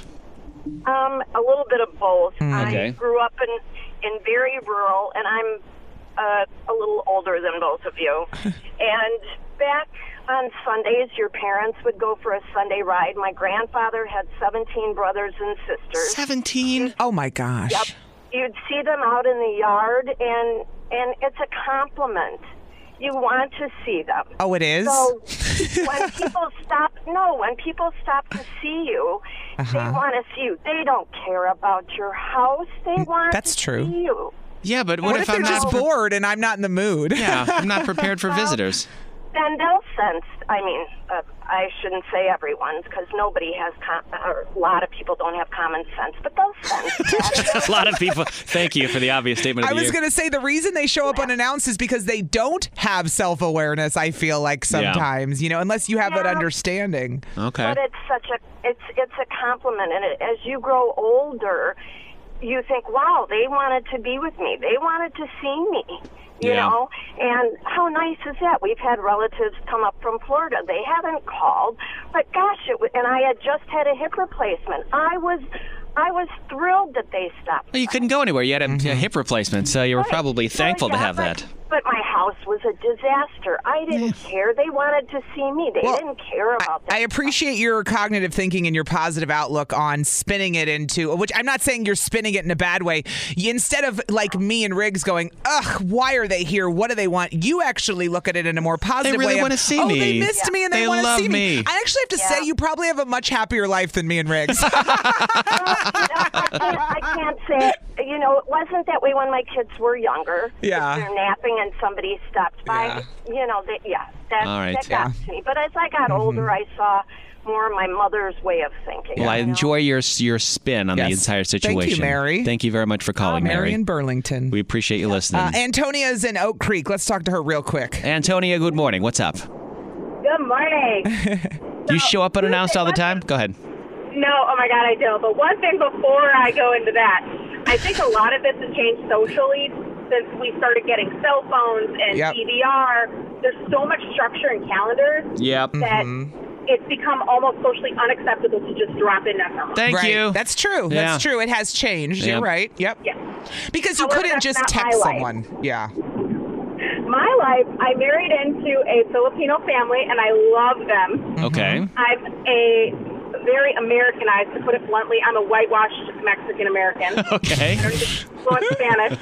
S10: Um, a little bit of both.
S4: Hmm.
S10: I
S4: Okay.
S10: grew up in in very rural, and I'm uh, a little older than both of you. and back on Sundays, your parents would go for a Sunday ride. My grandfather had 17 brothers and sisters.
S3: Seventeen. Oh my gosh.
S10: Yep. You'd see them out in the yard, and and it's a compliment. You want to see them.
S3: Oh, it is?
S10: So when people stop, no, when people stop to see you, they
S4: Uh-huh.
S10: want to see you. They don't care about your house. They want
S3: that's
S10: to
S3: true.
S10: see you.
S4: Yeah, but
S10: what if
S3: they're
S10: I'm
S3: just
S10: not pre-
S3: bored and I'm not in the mood?
S4: Yeah, I'm not prepared for visitors.
S10: Then they'll sense. I mean, uh, I shouldn't say everyone's because nobody has, com- or a lot of people don't have common sense, but they'll sense.
S4: a lot of people. Thank you for the obvious statement of
S3: I
S4: the
S3: was
S4: year.
S3: going to say the reason they show up unannounced is because they don't have self awareness, I feel like
S4: Yeah.
S3: sometimes, you know, unless you have that understanding.
S4: okay.
S10: But it's such a it's it's a compliment, and it, as you grow older, you think, wow, they wanted to be with me. They wanted to see me. You
S11: Yeah.
S10: know, and how nice is that? We've had relatives come up from Florida. They haven't called, but gosh, it was, and I had just had a hip replacement. I was, I was thrilled that they stopped.
S4: Well, you couldn't go anywhere. You had a, a hip replacement, so you were probably thankful to have that.
S10: But my house was a disaster. I didn't care. They wanted to see me. They didn't care about
S3: I appreciate your cognitive thinking and your positive outlook on spinning it into, which I'm not saying you're spinning it in a bad way. You, instead of like me and Riggs going, ugh, why are they here? What do they want? You actually look at it in a more positive
S4: really
S3: way. of,
S4: wanna see
S3: oh, they
S4: me.
S3: missed me and they,
S4: They
S3: want to
S4: love
S3: see me.
S4: me.
S3: I actually have to say, you probably have a much happier life than me and Riggs.
S10: I can't say it. You know, it wasn't that way when my kids were younger.
S3: Yeah.
S10: If They're napping and somebody stopped by.
S3: Yeah.
S10: You know, they, yeah, that,
S4: All right.
S10: that got
S4: Yeah.
S10: to me. But as I got
S3: Mm-hmm.
S10: older, I saw more my mother's way of thinking.
S4: Well, I enjoy your your spin on the
S3: Yes.
S4: entire
S3: Thank you,
S4: situation.
S3: Mary. Ah,
S4: Thank you very much for calling,
S3: Mary
S4: Mary.
S3: in Burlington.
S4: We appreciate you listening.
S3: Uh, Antonia's in Oak Creek. Let's talk to her real quick.
S4: Antonia, good morning. What's up?
S12: Good morning.
S4: you show up unannounced all the time? Go ahead.
S12: No, oh my God, I don't. But one thing before I go into that, I think a lot of this has changed socially since we started getting cell phones and
S4: Yep.
S12: DVR. There's so much structure in calendars
S4: Yep.
S12: that
S3: Mm-hmm.
S12: it's become almost socially unacceptable to just drop in on someone.
S3: Right. That's true.
S4: Yeah.
S3: That's true. It has changed.
S4: Yeah.
S3: You're right. Yep. Because you
S12: However,
S3: couldn't
S12: that's
S3: just
S12: not my
S3: text
S12: life.
S3: someone. Yeah.
S12: My life, I married into a Filipino family, and I love them.
S4: Okay.
S12: I'm a very Americanized, to put it bluntly. I'm a whitewashed Mexican American.
S4: Okay.
S12: Fluent Spanish.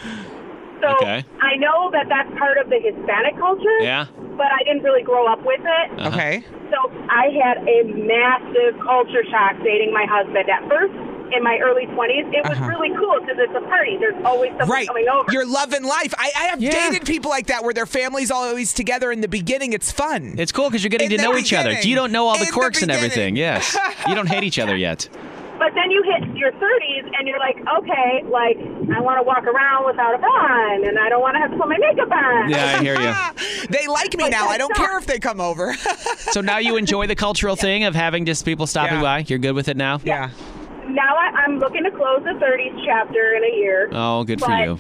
S12: So
S4: Okay.
S12: I know that that's part of the Hispanic culture.
S4: Yeah.
S12: But I didn't really grow up with it.
S4: Uh-huh. Okay.
S12: So I had a massive culture shock dating my husband. At first, in my early 20s, it was
S3: Uh-huh.
S12: really cool because it's a party. There's always something
S3: Right.
S12: coming over.
S3: You're loving life. I, I have dated people like that where their families always together in the beginning. It's fun.
S4: It's cool because you're getting
S3: In
S4: to
S3: the
S4: know each other.
S3: beginning.
S4: You don't know all
S3: In
S4: the
S3: the
S4: quirks and everything. Yes. You don't hate each other yet.
S12: But then you hit your 30s and you're like, okay, like, I want to walk around without a bun and I don't want to have to put my makeup on.
S4: Yeah, I hear you.
S3: They like me now. I don't care if they come over.
S4: So now you enjoy the cultural thing of having just people stopping by. You're good with it now?
S3: Yeah.
S12: Now I, I'm looking to close the 30s chapter in a year.
S4: Oh, good for
S12: But,
S4: you.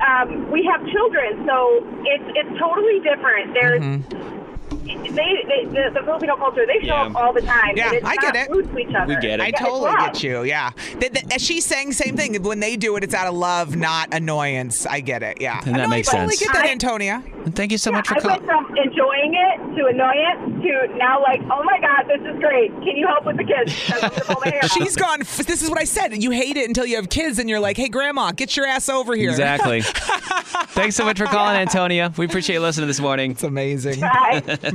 S12: Um, we have children, so it's it's totally different. There's
S4: Mm-hmm.
S12: they, they the, the Filipino culture they show
S3: Yeah.
S12: up all the time.
S3: Yeah,
S12: and it's
S3: I get
S12: not
S3: it.
S12: Rude to each other.
S3: I
S12: Yeah, it's
S3: totally
S12: wrong.
S3: get you. Yeah. Th- th- as she's saying same thing. When they do it, it's out of love, not annoyance. I get it. Yeah.
S4: And that
S3: I know,
S4: makes
S3: I totally
S4: sense.
S3: get that, Antonia.
S4: And thank you so much for
S12: I went
S4: calling.
S12: from enjoying it to annoyance to now like, oh my god, this is great. Can you help with the kids?
S3: She's gone. F- this is what I said. You hate it until you have kids, and you're like, "Hey, grandma, get your ass over here."
S4: Exactly. Thanks so much for calling, Antonia. We appreciate you listening this morning. It's
S3: amazing.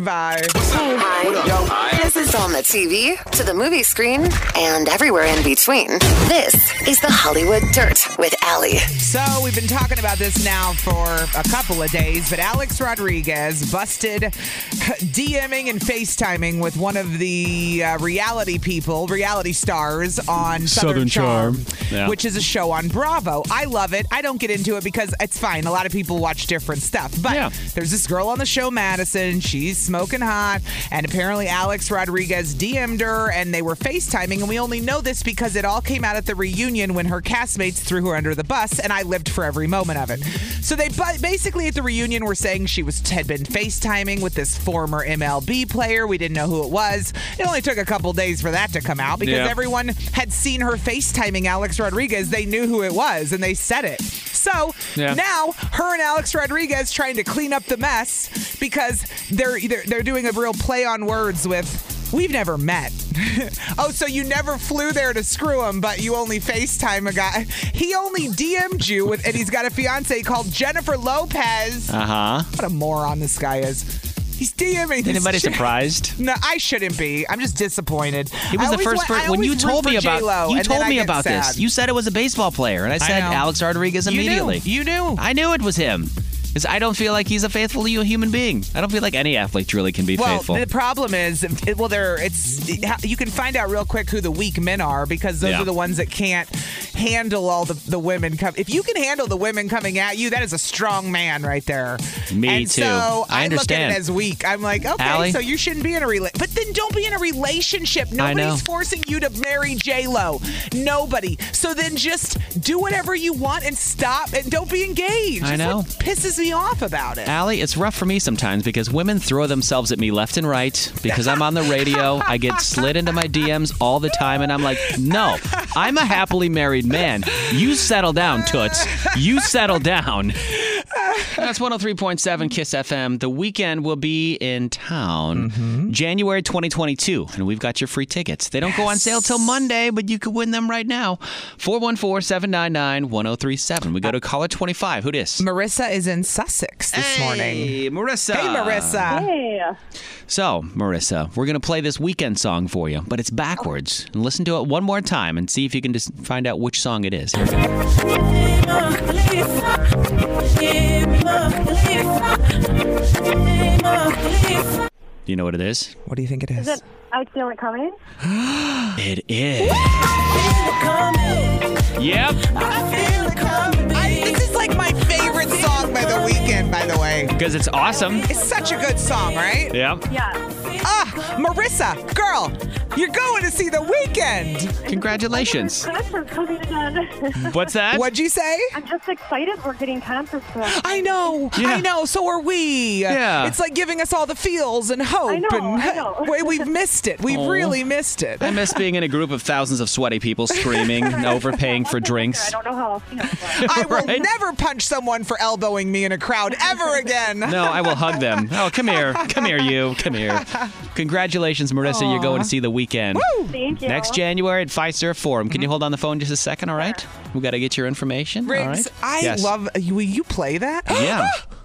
S3: Bye.
S2: Hi. This is on the TV, to the movie screen, and everywhere in between. This is the Hollywood Dirt with Allie.
S3: So we've been talking about this now for a couple of days, but Alex Rodriguez busted DMing and FaceTiming with one of the uh, reality people, reality stars on Southern,
S11: Yeah.
S3: which is a show on Bravo. I love it. I don't get into it because it's fine. A lot of people watch different stuff. But there's this girl on the show, Madison. She's smoking hot. And apparently, Alex Rodriguez DM'd her and they were FaceTiming. And we only know this because it all came out at the reunion when her castmates threw her under the bus. And I lived for every moment of it. So they bu- basically at the reunion were saying she was had been FaceTiming with this former MLB player. We didn't know who it was. It only took a couple days for that to come out because
S13: Yeah.
S3: everyone everyone had seen her FaceTiming Alex Rodriguez, they knew who it was and they said it. So
S13: Yeah.
S3: now her and Alex Rodriguez trying to clean up the mess because they're they're, they're doing a real play on words with We've never met. oh, so you never flew there to screw him, but you only FaceTime a guy. He only DM'd you with, and he's got a fiance called Jennifer Lopez.
S4: Uh huh.
S3: What a moron this guy is. He's DMing. this
S4: Anybody
S3: chick.
S4: surprised?
S3: No, I shouldn't be. I'm just disappointed.
S4: It was
S3: I always
S4: the first
S3: wa- I
S4: person when you
S3: always
S4: told
S3: root
S4: me
S3: for
S4: about.
S3: J-Lo,
S4: you
S3: and then
S4: told
S3: I
S4: me
S3: get
S4: about this.
S3: sad.
S4: You said it was a baseball player, and I
S3: I
S4: said
S3: know.
S4: Alex Rodriguez
S3: You knew.
S4: immediately.
S3: You knew.
S4: I knew it was him. Because I don't feel like he's a faithful you- human being. I don't feel like any athlete truly can be
S3: well,
S4: faithful.
S3: the problem is, it- well, there it's you can find out real quick who the weak men are because those
S4: Yeah.
S3: are the ones that can't handle all the, the women come. If you can handle the women coming at you, that is a strong man right there.
S4: Me
S3: and
S4: too.
S3: So
S4: I
S3: I, look
S4: understand.
S3: at it as weak. I'm like, okay,
S4: Allie?
S3: so you shouldn't be in a relationship. But then don't be in a relationship.
S4: I know.
S3: Nobody's forcing you to marry J Lo. Nobody. So then just do whatever you want and stop and don't be engaged. That's
S4: I know.
S3: What pisses me off about it.
S4: Allie, it's rough for me sometimes because women throw themselves at me left and right because I'm on the radio. I get slid into my DMs all the time, and I'm like, no, I'm a happily married man. You settle down, Toots. You settle down. That's 103.7 Kiss FM. The weekend will be in town January 2022, and we've got your free tickets. They don't go on sale till Monday, but you could win them right now. 414 799 1037. We go to caller 25. Who dis?
S3: Marissa is in Sussex this
S4: Hey,
S3: morning.
S4: Marissa.
S3: Hey, Marissa.
S8: Hey.
S4: So, Marissa, we're going to play this weekend song for you, but it's backwards. And listen to it one more time and see if you can just find out which song it is. Here we go. Do you know what it is?
S3: What do you think it
S8: Is it out still it coming?
S4: It is. Yep.
S3: I, this is like my favorite song by The Weeknd, by the way.
S4: Because it's awesome.
S3: It's such a good song, right?
S4: Yep.
S8: Yeah.
S3: Ah, Marissa, girl, you're going to see The Weeknd.
S4: Congratulations.
S8: Concerts coming again.
S4: What's that?
S3: What'd you say?
S8: I'm just excited we're getting concerts back.
S3: I know. I know. So are we.
S4: Yeah.
S3: It's like giving us all the feels and hope.
S8: I know,
S3: and
S8: I know.
S3: We- We've missed it. We've
S4: Aw.
S3: really missed it.
S4: I miss being in a group of thousands of sweaty people screaming, and overpaying for
S8: I
S4: drinks.
S8: don't know how else you know.
S3: I will never punch someone for elbowing me in a crowd ever again.
S4: No, I will hug them. Oh, come here. Come here, you. Come here. Congratulations, Marissa. You're going to see the weekend.
S8: Thank you.
S4: Next January at Fiserv Forum. Can you hold on the phone just a second? All right. We got to get your information. all
S3: Mm-hmm. Riggs,
S4: right.
S3: I
S4: Yes.
S3: love. Will you play that?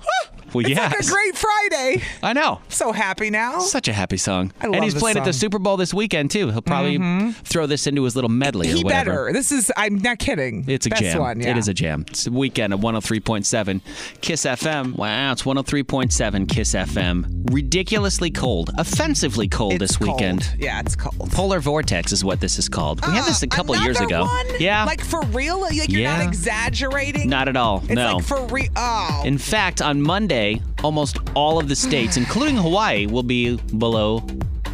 S4: Yeah. well,
S3: It's
S4: yes.
S3: like a great Friday.
S4: I know.
S3: So happy now.
S4: Such a happy song.
S3: I
S4: and
S3: love
S4: he's
S3: this
S4: playing at
S3: song.
S4: the
S3: Mm-hmm.
S4: Super Bowl this weekend too. He'll probably throw this into his little medley
S3: he
S4: or whatever.
S3: better. This is. I'm not kidding.
S4: It's a
S3: Best
S4: jam.
S3: One, yeah.
S4: It is a jam. It's the weekend oh of 103.7 Kiss FM. Wow, it's 103.7 Kiss FM. Ridiculously cold, offensively cold this weekend.
S3: Yeah, it's cold.
S4: Polar vortex is what this is called. We had this a couple years ago. Yeah.
S3: Like for real? Like you're
S4: Yeah.
S3: not exaggerating?
S4: not at all.
S3: It's
S4: no.
S3: like for real. Oh.
S4: In fact, on Monday, almost all of the states, including Hawaii, will be below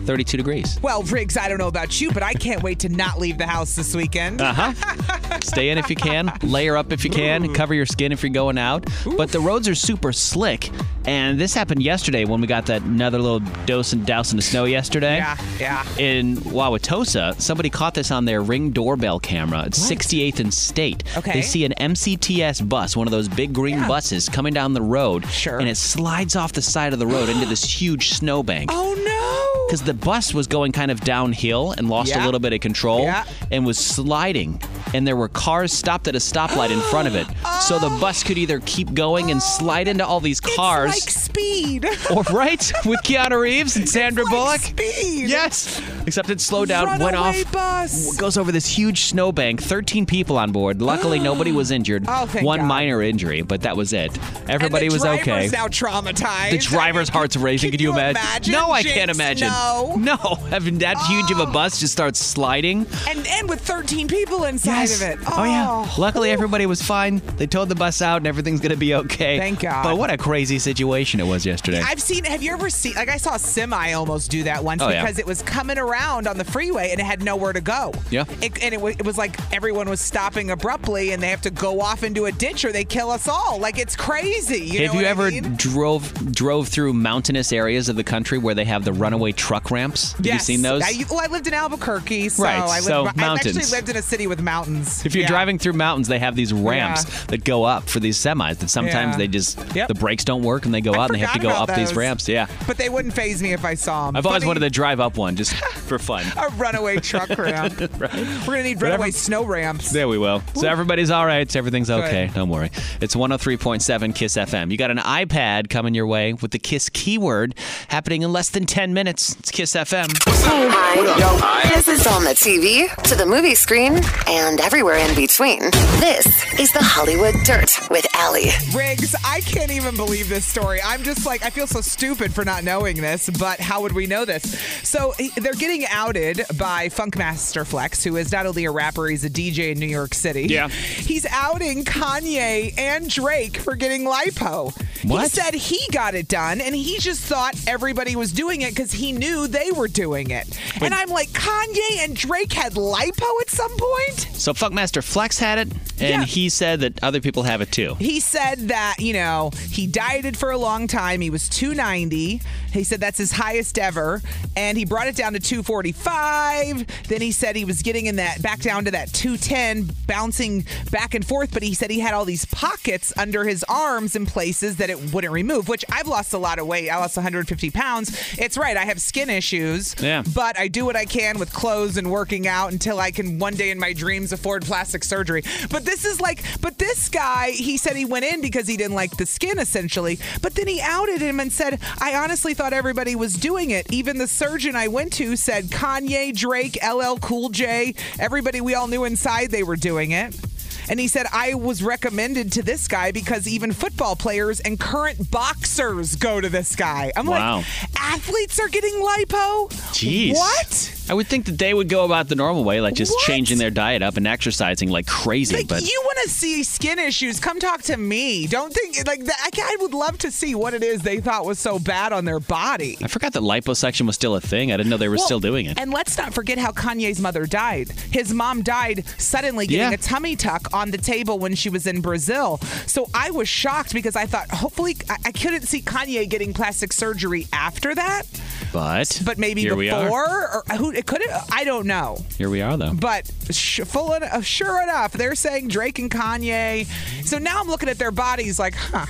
S4: 32 degrees.
S3: Well, Riggs, I don't know about you, but I can't wait to not leave the house this weekend.
S4: Uh huh. Stay in if you can, layer up if you can, cover your skin if you're going out. But the roads are super slick. And this happened yesterday when we got that another little dose and douse in the snow yesterday.
S3: Yeah, yeah.
S4: In Wauwatosa, somebody caught this on their ring doorbell camera. It's 68th and State.
S3: Okay.
S4: They see an MCTS bus, one of those big green buses, coming down the road. Sure. And it slides off the side of the road into this huge snowbank.
S3: Oh, no.
S4: Because the bus was going kind of downhill and lost a
S3: Yeah.
S4: little bit of control and was sliding and there were cars stopped at a stoplight in front of it. So
S3: Oh.
S4: the bus could either keep going and slide into all these cars.
S3: Speed.
S4: or right with Keanu Reeves and Sandra Bullock. Yes, except it slowed down, went
S3: Runaway
S4: off,
S3: bus.
S4: w- goes over this huge snowbank. Thirteen people on board. Luckily, nobody was injured.
S3: Oh, thank
S4: One
S3: God.
S4: minor injury, but that was it. Everybody
S3: the
S4: was
S3: driver's
S4: okay.
S3: now traumatized.
S4: the driver's heart's racing. Can, you imagine? No, I can't
S3: Jinx?
S4: imagine.
S3: No. Oh.
S4: no. Having that huge of a bus just starts sliding.
S3: And and with 13 people inside of it.
S4: Oh, yeah. Luckily, everybody was fine. They towed the bus out, and everything's gonna be okay.
S3: Thank God.
S4: But what a crazy situation it was yesterday.
S3: I've seen. Have you ever seen? Like I saw a semi almost do that once
S4: Oh, yeah.
S3: because it was coming around on the freeway and it had nowhere to go.
S4: Yeah.
S3: It, and it, wa- it was like everyone was stopping abruptly and they have to go off into a ditch or they kill us all. Like it's crazy. You know
S4: have you
S3: what I
S4: ever
S3: mean?
S4: drove drove through mountainous areas of the country where they have the runaway truck ramps? Have
S3: Yes.
S4: you seen those?
S3: I, well, I lived in Albuquerque, so
S4: Right,
S3: I lived,
S4: so
S3: I've actually
S4: mountains.
S3: lived in a city with mountains.
S4: if you're
S3: Yeah.
S4: driving through mountains, they have these ramps
S3: Yeah.
S4: that go up for these semis. That sometimes
S3: Yeah.
S4: they just
S3: Yep.
S4: the brakes don't work and they go out and they have to go
S3: forgot
S4: up
S3: about
S4: these
S3: those.
S4: ramps. Yeah,
S3: but they wouldn't phase me if I saw them.
S4: I've always wanted to drive up one just for fun.
S3: a runaway truck ramp. We're gonna need runaway snow ramps.
S4: There we will. So everybody's all right. Everything's
S3: Good.
S4: okay. Don't worry. It's 103.7 Kiss FM. You got an iPad coming your way with the Kiss keyword happening in less than 10 minutes. It's Kiss FM.
S2: Hi. This is on the TV, to the movie screen, and everywhere in between. This is the Hollywood Dirt with Allie.
S3: Riggs, I can't even believe this story. I'm just like, I feel so stupid for not knowing this, but how would we know this? So he- they're getting outed by Funkmaster Flex, who is not only a rapper, he's a DJ in New York City.
S4: Yeah.
S3: He's outing Kanye and Drake for getting lipo. He
S4: What?
S3: said he got it done, and he just thought everybody was doing it because he knew they were doing it. And I'm like, Kanye and Drake had lipo at some point?
S4: So Funkmaster Flex had it, and he said that other people have it too.
S3: He said that, you know, he dieted for a long time. He was 290. He said that's his highest ever. And he brought it down to 245. Then he said he was getting in that back down to that 210, bouncing back and forth. But he said he had all these pockets under his arms in places that it wouldn't remove, which I've lost a lot of weight. I lost 150 pounds. It's right. I have skin issues.
S4: Yeah.
S3: But I do what I can with clothes and working out until I can one day in my dreams afford plastic surgery. But this is like, but this guy, he said he went in because he didn't like the skin essentially. But then he outed him and said, I honestly thought everybody was doing it. Even the surgeon I went to said Kanye, Drake, LL Cool J, everybody we all knew inside they were doing it. And he said, I was recommended to this guy because even football players and current boxers go to this guy. I'm
S4: Wow.
S3: like, athletes are getting lipo?
S4: Jeez.
S3: What?
S4: I would think that they would go about the normal way, like just changing their diet up and exercising like crazy.
S3: Like,
S4: but
S3: you want to see skin issues? Come talk to me. Don't think like that. I, ca- I would love to see what it is they thought was so bad on their body.
S4: I forgot that liposuction was still a thing. I didn't know they were
S3: Well,
S4: still doing it.
S3: And let's not forget how Kanye's mother died. His mom died suddenly getting
S4: Yeah.
S3: a tummy tuck on the table when she was in Brazil. So I was shocked because I thought, hopefully, I, I couldn't see Kanye getting plastic surgery after that,
S4: But
S3: but maybe
S4: here we
S3: before.
S4: are.
S3: Or who, it could have, I don't know.
S4: Here we are, though.
S3: But sh- full en- uh, sure enough, they're saying Drake and Kanye. So now I'm looking at their bodies like, huh.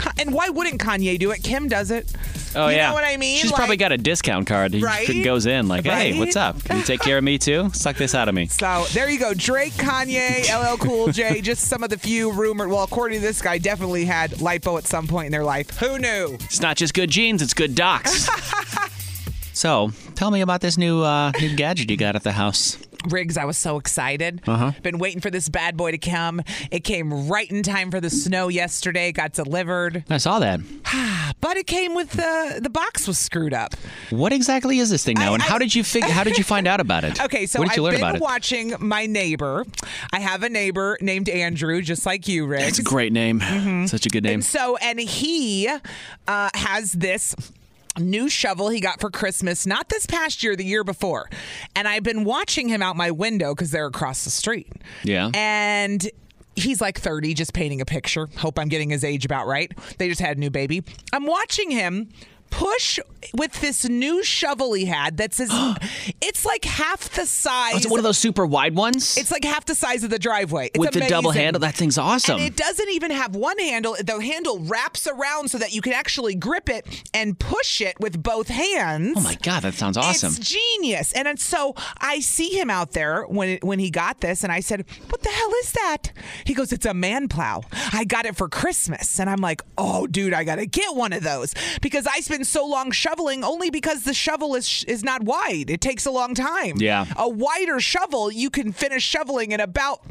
S3: Huh, And why wouldn't Kanye do it? Kim does it.
S4: Oh
S3: you
S4: yeah,
S3: know what I mean?
S4: She's probably
S3: Like-
S4: got a discount card. He
S3: Right?
S4: just goes in like, "Hey, what's
S3: Right?
S4: up? Can you take care of me too? Suck this out of me."
S3: So there you go. Drake, Kanye, LL Cool J, just some of the few rumored. Well, according to this guy, definitely had lipo at some point in their life. Who knew?
S4: It's not just good genes; it's good docs. so, tell me about this new uh, new gadget you got at the house.
S3: Riggs, I was so excited.
S4: Uh-huh.
S3: Been waiting for this bad boy to come. It came right in time for the snow yesterday. Got delivered,
S4: I saw that.
S3: but it came with uh, the the box was screwed up.
S4: What exactly is this thing now, and how did you fig- How did you find out about it?
S3: Okay, so
S4: what did you
S3: I've
S4: learn
S3: been
S4: about it?
S3: watching my neighbor. I have a neighbor named Andrew, just like you, Riggs.
S4: It's a great name.
S3: Mm-hmm.
S4: Such a good name.
S3: And so, and he uh, has this new shovel he got for Christmas, not this past year, the year before. And I've been watching him out my window because they're across the street.
S4: Yeah.
S3: And he's like 30, just painting a picture. Hope I'm getting his age about right. They just had a new baby. I'm watching him. push with this new shovel he had that says it's like half
S4: Oh,
S3: the size.
S4: Is it one of those super wide ones
S3: It's like half the size of the driveway. It's
S4: with the double
S3: amazing.
S4: handle? That thing's awesome.
S3: And it doesn't even have one handle. The handle wraps around so that you can actually grip it and push it with both hands.
S4: oh my god, that sounds awesome.
S3: It's genius. And, and so I see him out there when it, when he got this, and I said, "What the hell is that?" He goes, "It's a man plow. I got it for Christmas." And I'm like, "Oh, dude, I gotta get one of those because I spend so long shoveling only because the shovel is is not wide. It takes a long time.
S4: Yeah.
S3: a wider shovel you can finish shoveling in about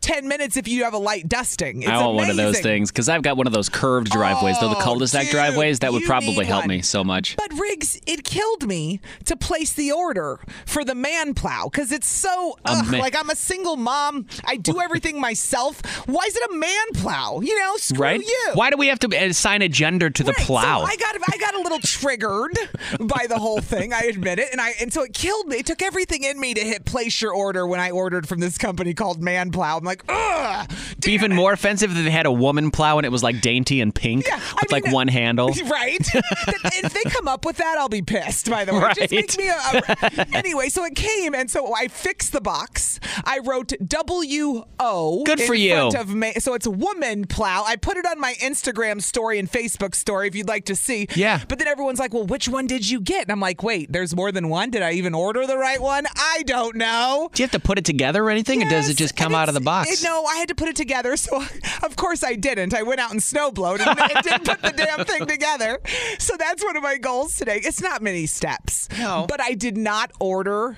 S3: ten minutes if you have a light dusting. It's
S4: I want one of those
S3: amazing. Oh,
S4: things because I've got one of those curved driveways, though the cul-de-sac driveways. That would probably help me so much.
S3: But Riggs, it killed me to place the order for the man plow because it's so ugh,
S4: man-
S3: like I'm a single mom. I do everything myself. Why is it a man plow? You know, screw
S4: right?
S3: you.
S4: Why do we have to uh, assign a gender to the plow?
S3: I got I got a little triggered by the whole thing. I admit it, and I and so it killed me. It took everything in me to hit place your order when I ordered from this company called Man Plow. I'm like, ugh.
S4: It'd be even more offensive if they had a woman plow and it was like dainty and pink with like one handle.
S3: Right? if they come up with that, I'll be pissed, by the way. Just make
S4: Right.
S3: me a, a- Anyway, so it came, and so I fixed the box. I wrote W O.
S4: Good for
S3: in
S4: you.
S3: Front of ma- so it's woman plow. I put it on my Instagram story and Facebook story if you'd like to see.
S4: Yeah.
S3: But then everyone's like, well, which one did you get? And I'm like, wait, there's more than one? Did I even order the right one? I don't know.
S4: Do you have to put it together or anything, or does it just come out of the box?
S3: It- no, I had to put it together. So, of course, I didn't. I went out and snowblowed and it didn't put the damn thing together. So, that's one of my goals today. It's not many steps. No. But I did not order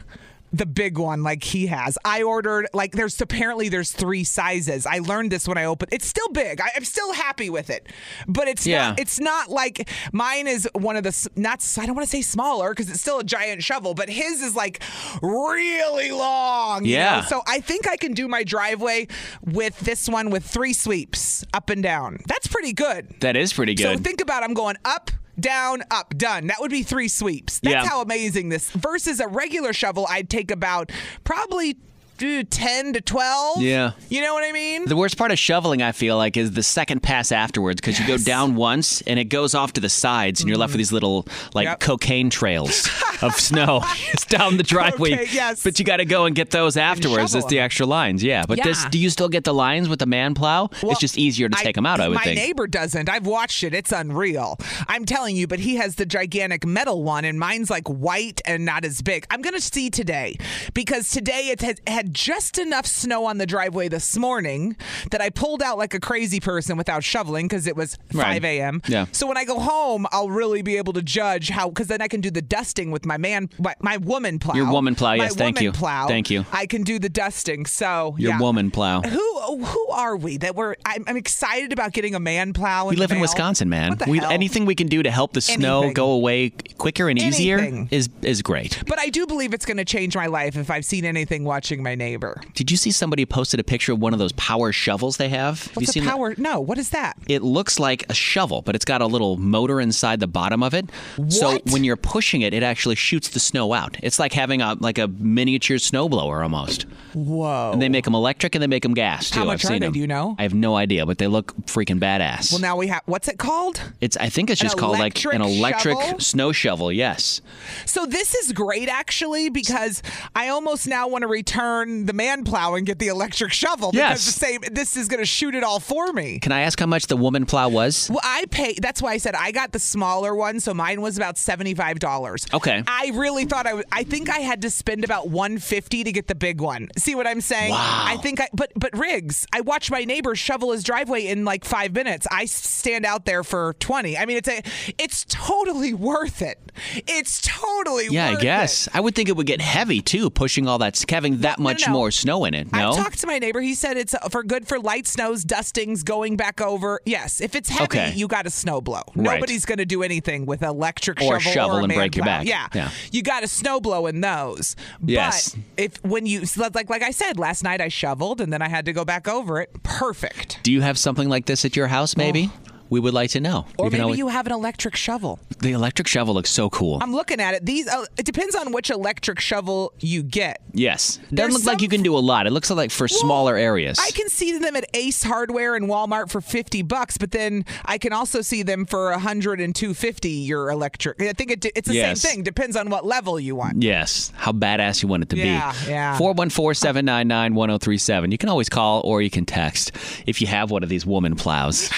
S3: the big one like he has. I ordered like there's apparently there's three sizes. I learned this when I opened. It's still big. I, I'm still happy with it. But it's
S4: Yeah.
S3: not it's not like mine is one of the s- not s- I don't want to say smaller cuz it's still a giant shovel, but his is like really long. you know?
S4: Yeah.
S3: So I think I can do my driveway with this one with three sweeps up and down. That's pretty good.
S4: That is pretty good.
S3: So think about it. I'm going up, down, up, done. That would be three sweeps. That's
S4: Yeah.
S3: how amazing this versus a regular shovel I'd take about probably uh, 10 to 12.
S4: Yeah.
S3: You know what I mean?
S4: The worst part of shoveling, I feel like, is the second pass afterwards because you go down once and it goes off to the sides and you're
S3: Mm-hmm.
S4: left with these little like cocaine trails of snow It's down the driveway.
S3: Cocaine, yes.
S4: But you got to go and get those afterwards.
S3: shovel
S4: It's the
S3: them.
S4: extra lines, yeah. But this,
S3: Yeah.
S4: do you still get the lines with the man plow?
S3: Well,
S4: it's just easier to take them out, I would
S3: my
S4: think.
S3: neighbor doesn't. I've watched it. It's unreal. I'm telling you, but he has the gigantic metal one, and mine's like white and not as big. I'm going to see today because today it had, had just enough snow on the driveway this morning that I pulled out like a crazy person without shoveling because it was
S4: Right.
S3: 5 a.m.
S4: Yeah.
S3: So when I go home, I'll really be able to judge how, because then I can do the dusting with my man, my, my woman plow.
S4: Your woman plow,
S3: My
S4: yes, thank
S3: woman
S4: you.
S3: Plow.
S4: Thank you.
S3: I can do the dusting. So
S4: Your
S3: yeah.
S4: woman plow.
S3: Who who are we that we're? I'm, I'm excited about getting a man plow.
S4: We
S3: the
S4: live in
S3: mail.
S4: Wisconsin, man.
S3: What the
S4: We,
S3: hell?
S4: anything we can do to help the snow
S3: Anything.
S4: go away quicker and easier
S3: Anything.
S4: is is great.
S3: But I do believe it's going to change my life if I've seen anything watching my neighbor.
S4: Did you see somebody posted a picture of one of those power shovels they have? Have you
S3: What's a
S4: seen that?
S3: power? No, what is that?
S4: it looks like a shovel, but it's got a little motor inside the bottom of it. So
S3: What?
S4: when you're pushing it, it actually shoots the snow out. It's like having a like a miniature snowblower almost.
S3: Whoa!
S4: And they make them electric and they make them gas too.
S3: How much
S4: I've
S3: are
S4: seen
S3: they?
S4: them.
S3: Do you know?
S4: I have no idea, but they look freaking badass.
S3: Well, now we have. What's it called?
S4: it's I think it's
S3: An
S4: just called like an
S3: electric
S4: electric
S3: shovel?
S4: snow shovel. Yes.
S3: So this is great actually because I almost now want to return the man plow and get the electric shovel because
S4: Yes.
S3: the same. This is going to shoot it all for me.
S4: Can I ask how much the woman plow was?
S3: Well, I pay. That's why I said I got the smaller one, so mine was about seventy five dollars.
S4: Okay.
S3: I really thought I was. I think I had to spend about one fifty to get the big one. See what I'm saying?
S4: Wow.
S3: I think I. But but Riggs, I watched my neighbor shovel his driveway in like five minutes. I stand out there for twenty. I mean, it's a. It's totally worth it. It's totally.
S4: Yeah, I
S3: worth it.
S4: guess. I would think it would get heavy too, pushing all that, having that
S3: no,
S4: much
S3: no.
S4: more snow in it. No.
S3: I talked to my neighbor. He said it's uh, for good for light snows, dustings, going back over. Yes, if it's heavy,
S4: Okay.
S3: you got to snow blow.
S4: Right.
S3: Nobody's going to do anything with electric shovel,
S4: Or shovel
S3: or a
S4: and
S3: man
S4: break your
S3: plow.
S4: back.
S3: Yeah,
S4: Yeah.
S3: you got to snow blow in those.
S4: Yes.
S3: But if when you so like like I said last night, I shoveled and then I had to go back over it. Perfect.
S4: Do you have something like this at your house, maybe? we would like to know.
S3: Or
S4: You can
S3: maybe
S4: always-
S3: you Um, have an electric shovel.
S4: the electric shovel looks so cool.
S3: I'm looking at it. These uh, it depends on which electric shovel you get.
S4: yes. Doesn't
S3: There's
S4: look like you can do a lot. It looks like for smaller areas.
S3: I can see them at Ace Hardware and Walmart for 50 bucks, but then I can also see them for 100 and 250 your electric. I think it, de- it's the
S4: Yes.
S3: same thing. Depends on what level you want.
S4: Yes. How badass you want it to
S3: Yeah,
S4: be.
S3: yeah.
S4: 414 799 1037. You can always call or you can text if you have one of these woman plows.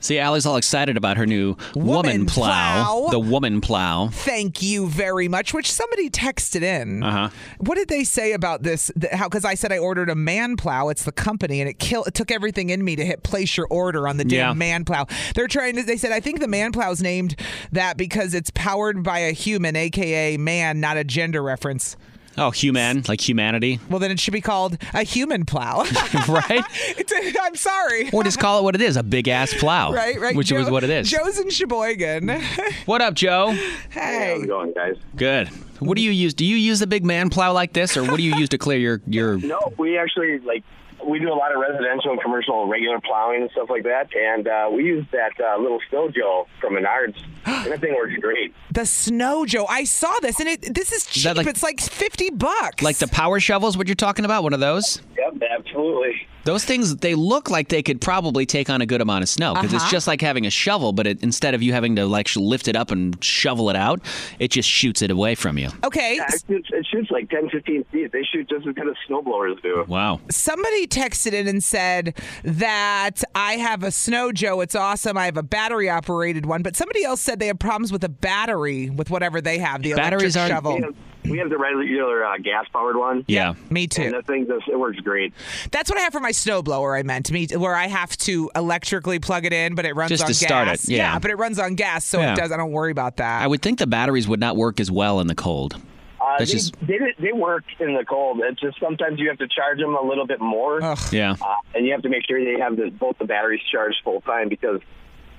S4: See, Allie's all excited about her new woman, plow,
S3: plow.
S4: The woman plow.
S3: Thank you very much, which somebody texted in.
S4: Uh huh.
S3: What did they say about this? Th- How because I said I ordered a man plow. It's the company, and it kill. It took everything in me to hit place your order on the damn
S4: Yeah.
S3: man plow. They're trying to. They said I think the man plow's named that because it's powered by a human, aka man, not a gender reference.
S4: Oh, human, like humanity.
S3: Well, then it should be called a human plow,
S4: right?
S3: It's a, I'm sorry.
S4: Or just call it what it is a big ass plow.
S3: Right, right.
S4: Which was
S3: Joe-
S4: what it is.
S3: Joe's in Sheboygan.
S4: What up, Joe?
S3: Hey.
S11: How's it going, guys?
S4: Good. What do you use? Do you use the big man plow like this, or what do you use to clear your your?
S11: No, we actually like we do a lot of residential and commercial regular plowing and stuff like that, and uh, we use that uh, little snow gel from Menards, and that thing works great.
S3: the Snow Joe. I saw this, and it this is cheap.
S4: that like-
S3: it's like fifty bucks.
S4: Like the power shovels? What you're talking about? One of those?
S11: Yep, absolutely.
S4: Those things they look like they could probably take on a good amount of snow because
S11: Uh-huh.
S4: it's just like having a shovel, but it, instead of you having to like sh- lift it up and shovel it out, it just shoots it away from you.
S3: Okay.
S11: Yeah, it, shoots, it shoots like 10, 15 feet. They shoot just as good as snowblowers do.
S4: Wow.
S3: Mm-hmm. Somebody texted in and said that I have a Snow Joe. It's awesome. I have a battery operated one, but somebody else said they have problems with a battery with whatever they have. The electric shovel.
S11: We have, we have the regular uh, gas powered one.
S4: Yeah,
S3: me too.
S11: And that thing just it works great.
S3: That's what I have for my snowblower. I meant me where I have to electrically plug it in, but it runs
S4: Just
S3: on
S4: to
S3: gas.
S4: start it, yeah.
S3: but it runs on gas, so
S4: Yeah.
S3: it does. I don't worry about that.
S4: I would think the batteries would not work as well in the cold.
S11: Uh, they,
S4: That's just-
S11: they, did- they work in the cold. It's just sometimes you have to charge them a little bit more.
S4: Yeah.
S11: Uh, and you have to make sure they have the, both the batteries charged full time because,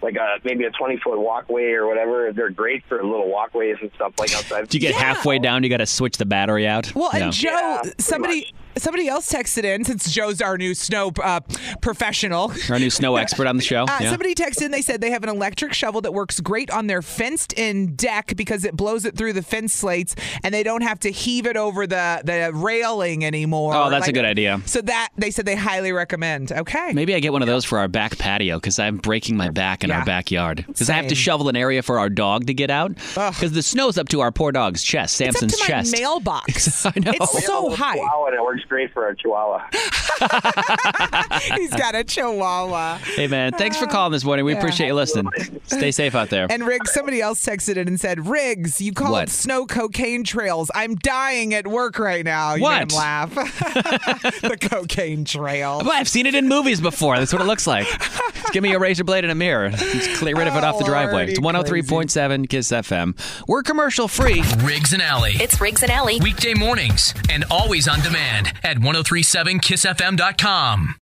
S11: like, uh maybe a 20 foot walkway or whatever, they're great for little walkways and stuff like outside.
S4: Do you get halfway down? You got to switch the battery out.
S3: Well,
S4: Yeah.
S3: and Joe, somebody somebody else texted in since Joe's our new snow uh, professional.
S4: our new snow expert on the show.
S3: Uh,
S4: yeah.
S3: Somebody texted in. They said they have an electric shovel that works great on their fenced-in deck because it blows it through the fence slates, and they don't have to heave it over the the railing anymore.
S4: Oh, that's a
S3: Like-
S4: good idea.
S3: So that they said they highly recommend. Okay.
S4: Maybe I get one of those for our back patio because I'm breaking my back in
S3: Yeah.
S4: our backyard. Because I have to
S3: Same.
S4: shovel an area for our dog to get out. Because the snow's up to our poor dog's chest,
S3: It's up
S4: Samson's
S3: to my
S4: chest.
S3: mailbox.
S4: I know.
S3: It's so high.
S11: Chihuahua, and it works great for a chihuahua.
S3: He's got a chihuahua.
S4: hey, man, thanks for calling this morning. We
S3: Yeah.
S4: appreciate you listening. Stay safe out there.
S3: And Riggs, somebody else texted in and said, Riggs, you call
S4: What?
S3: it snow cocaine trails. I'm dying at work right now. You made him
S4: What?
S3: laugh. the cocaine trail.
S4: Well, I've seen it in movies before. That's what it looks like. Just give me a razor blade and a mirror. Just clear rid of it off
S3: Oh,
S4: the driveway. It's 103.7 Kiss FM. We're commercial free.
S1: Riggs and Alley.
S2: It's Riggs and Alley.
S1: oh Weekday mornings and always on demand at 1037kissfm.com.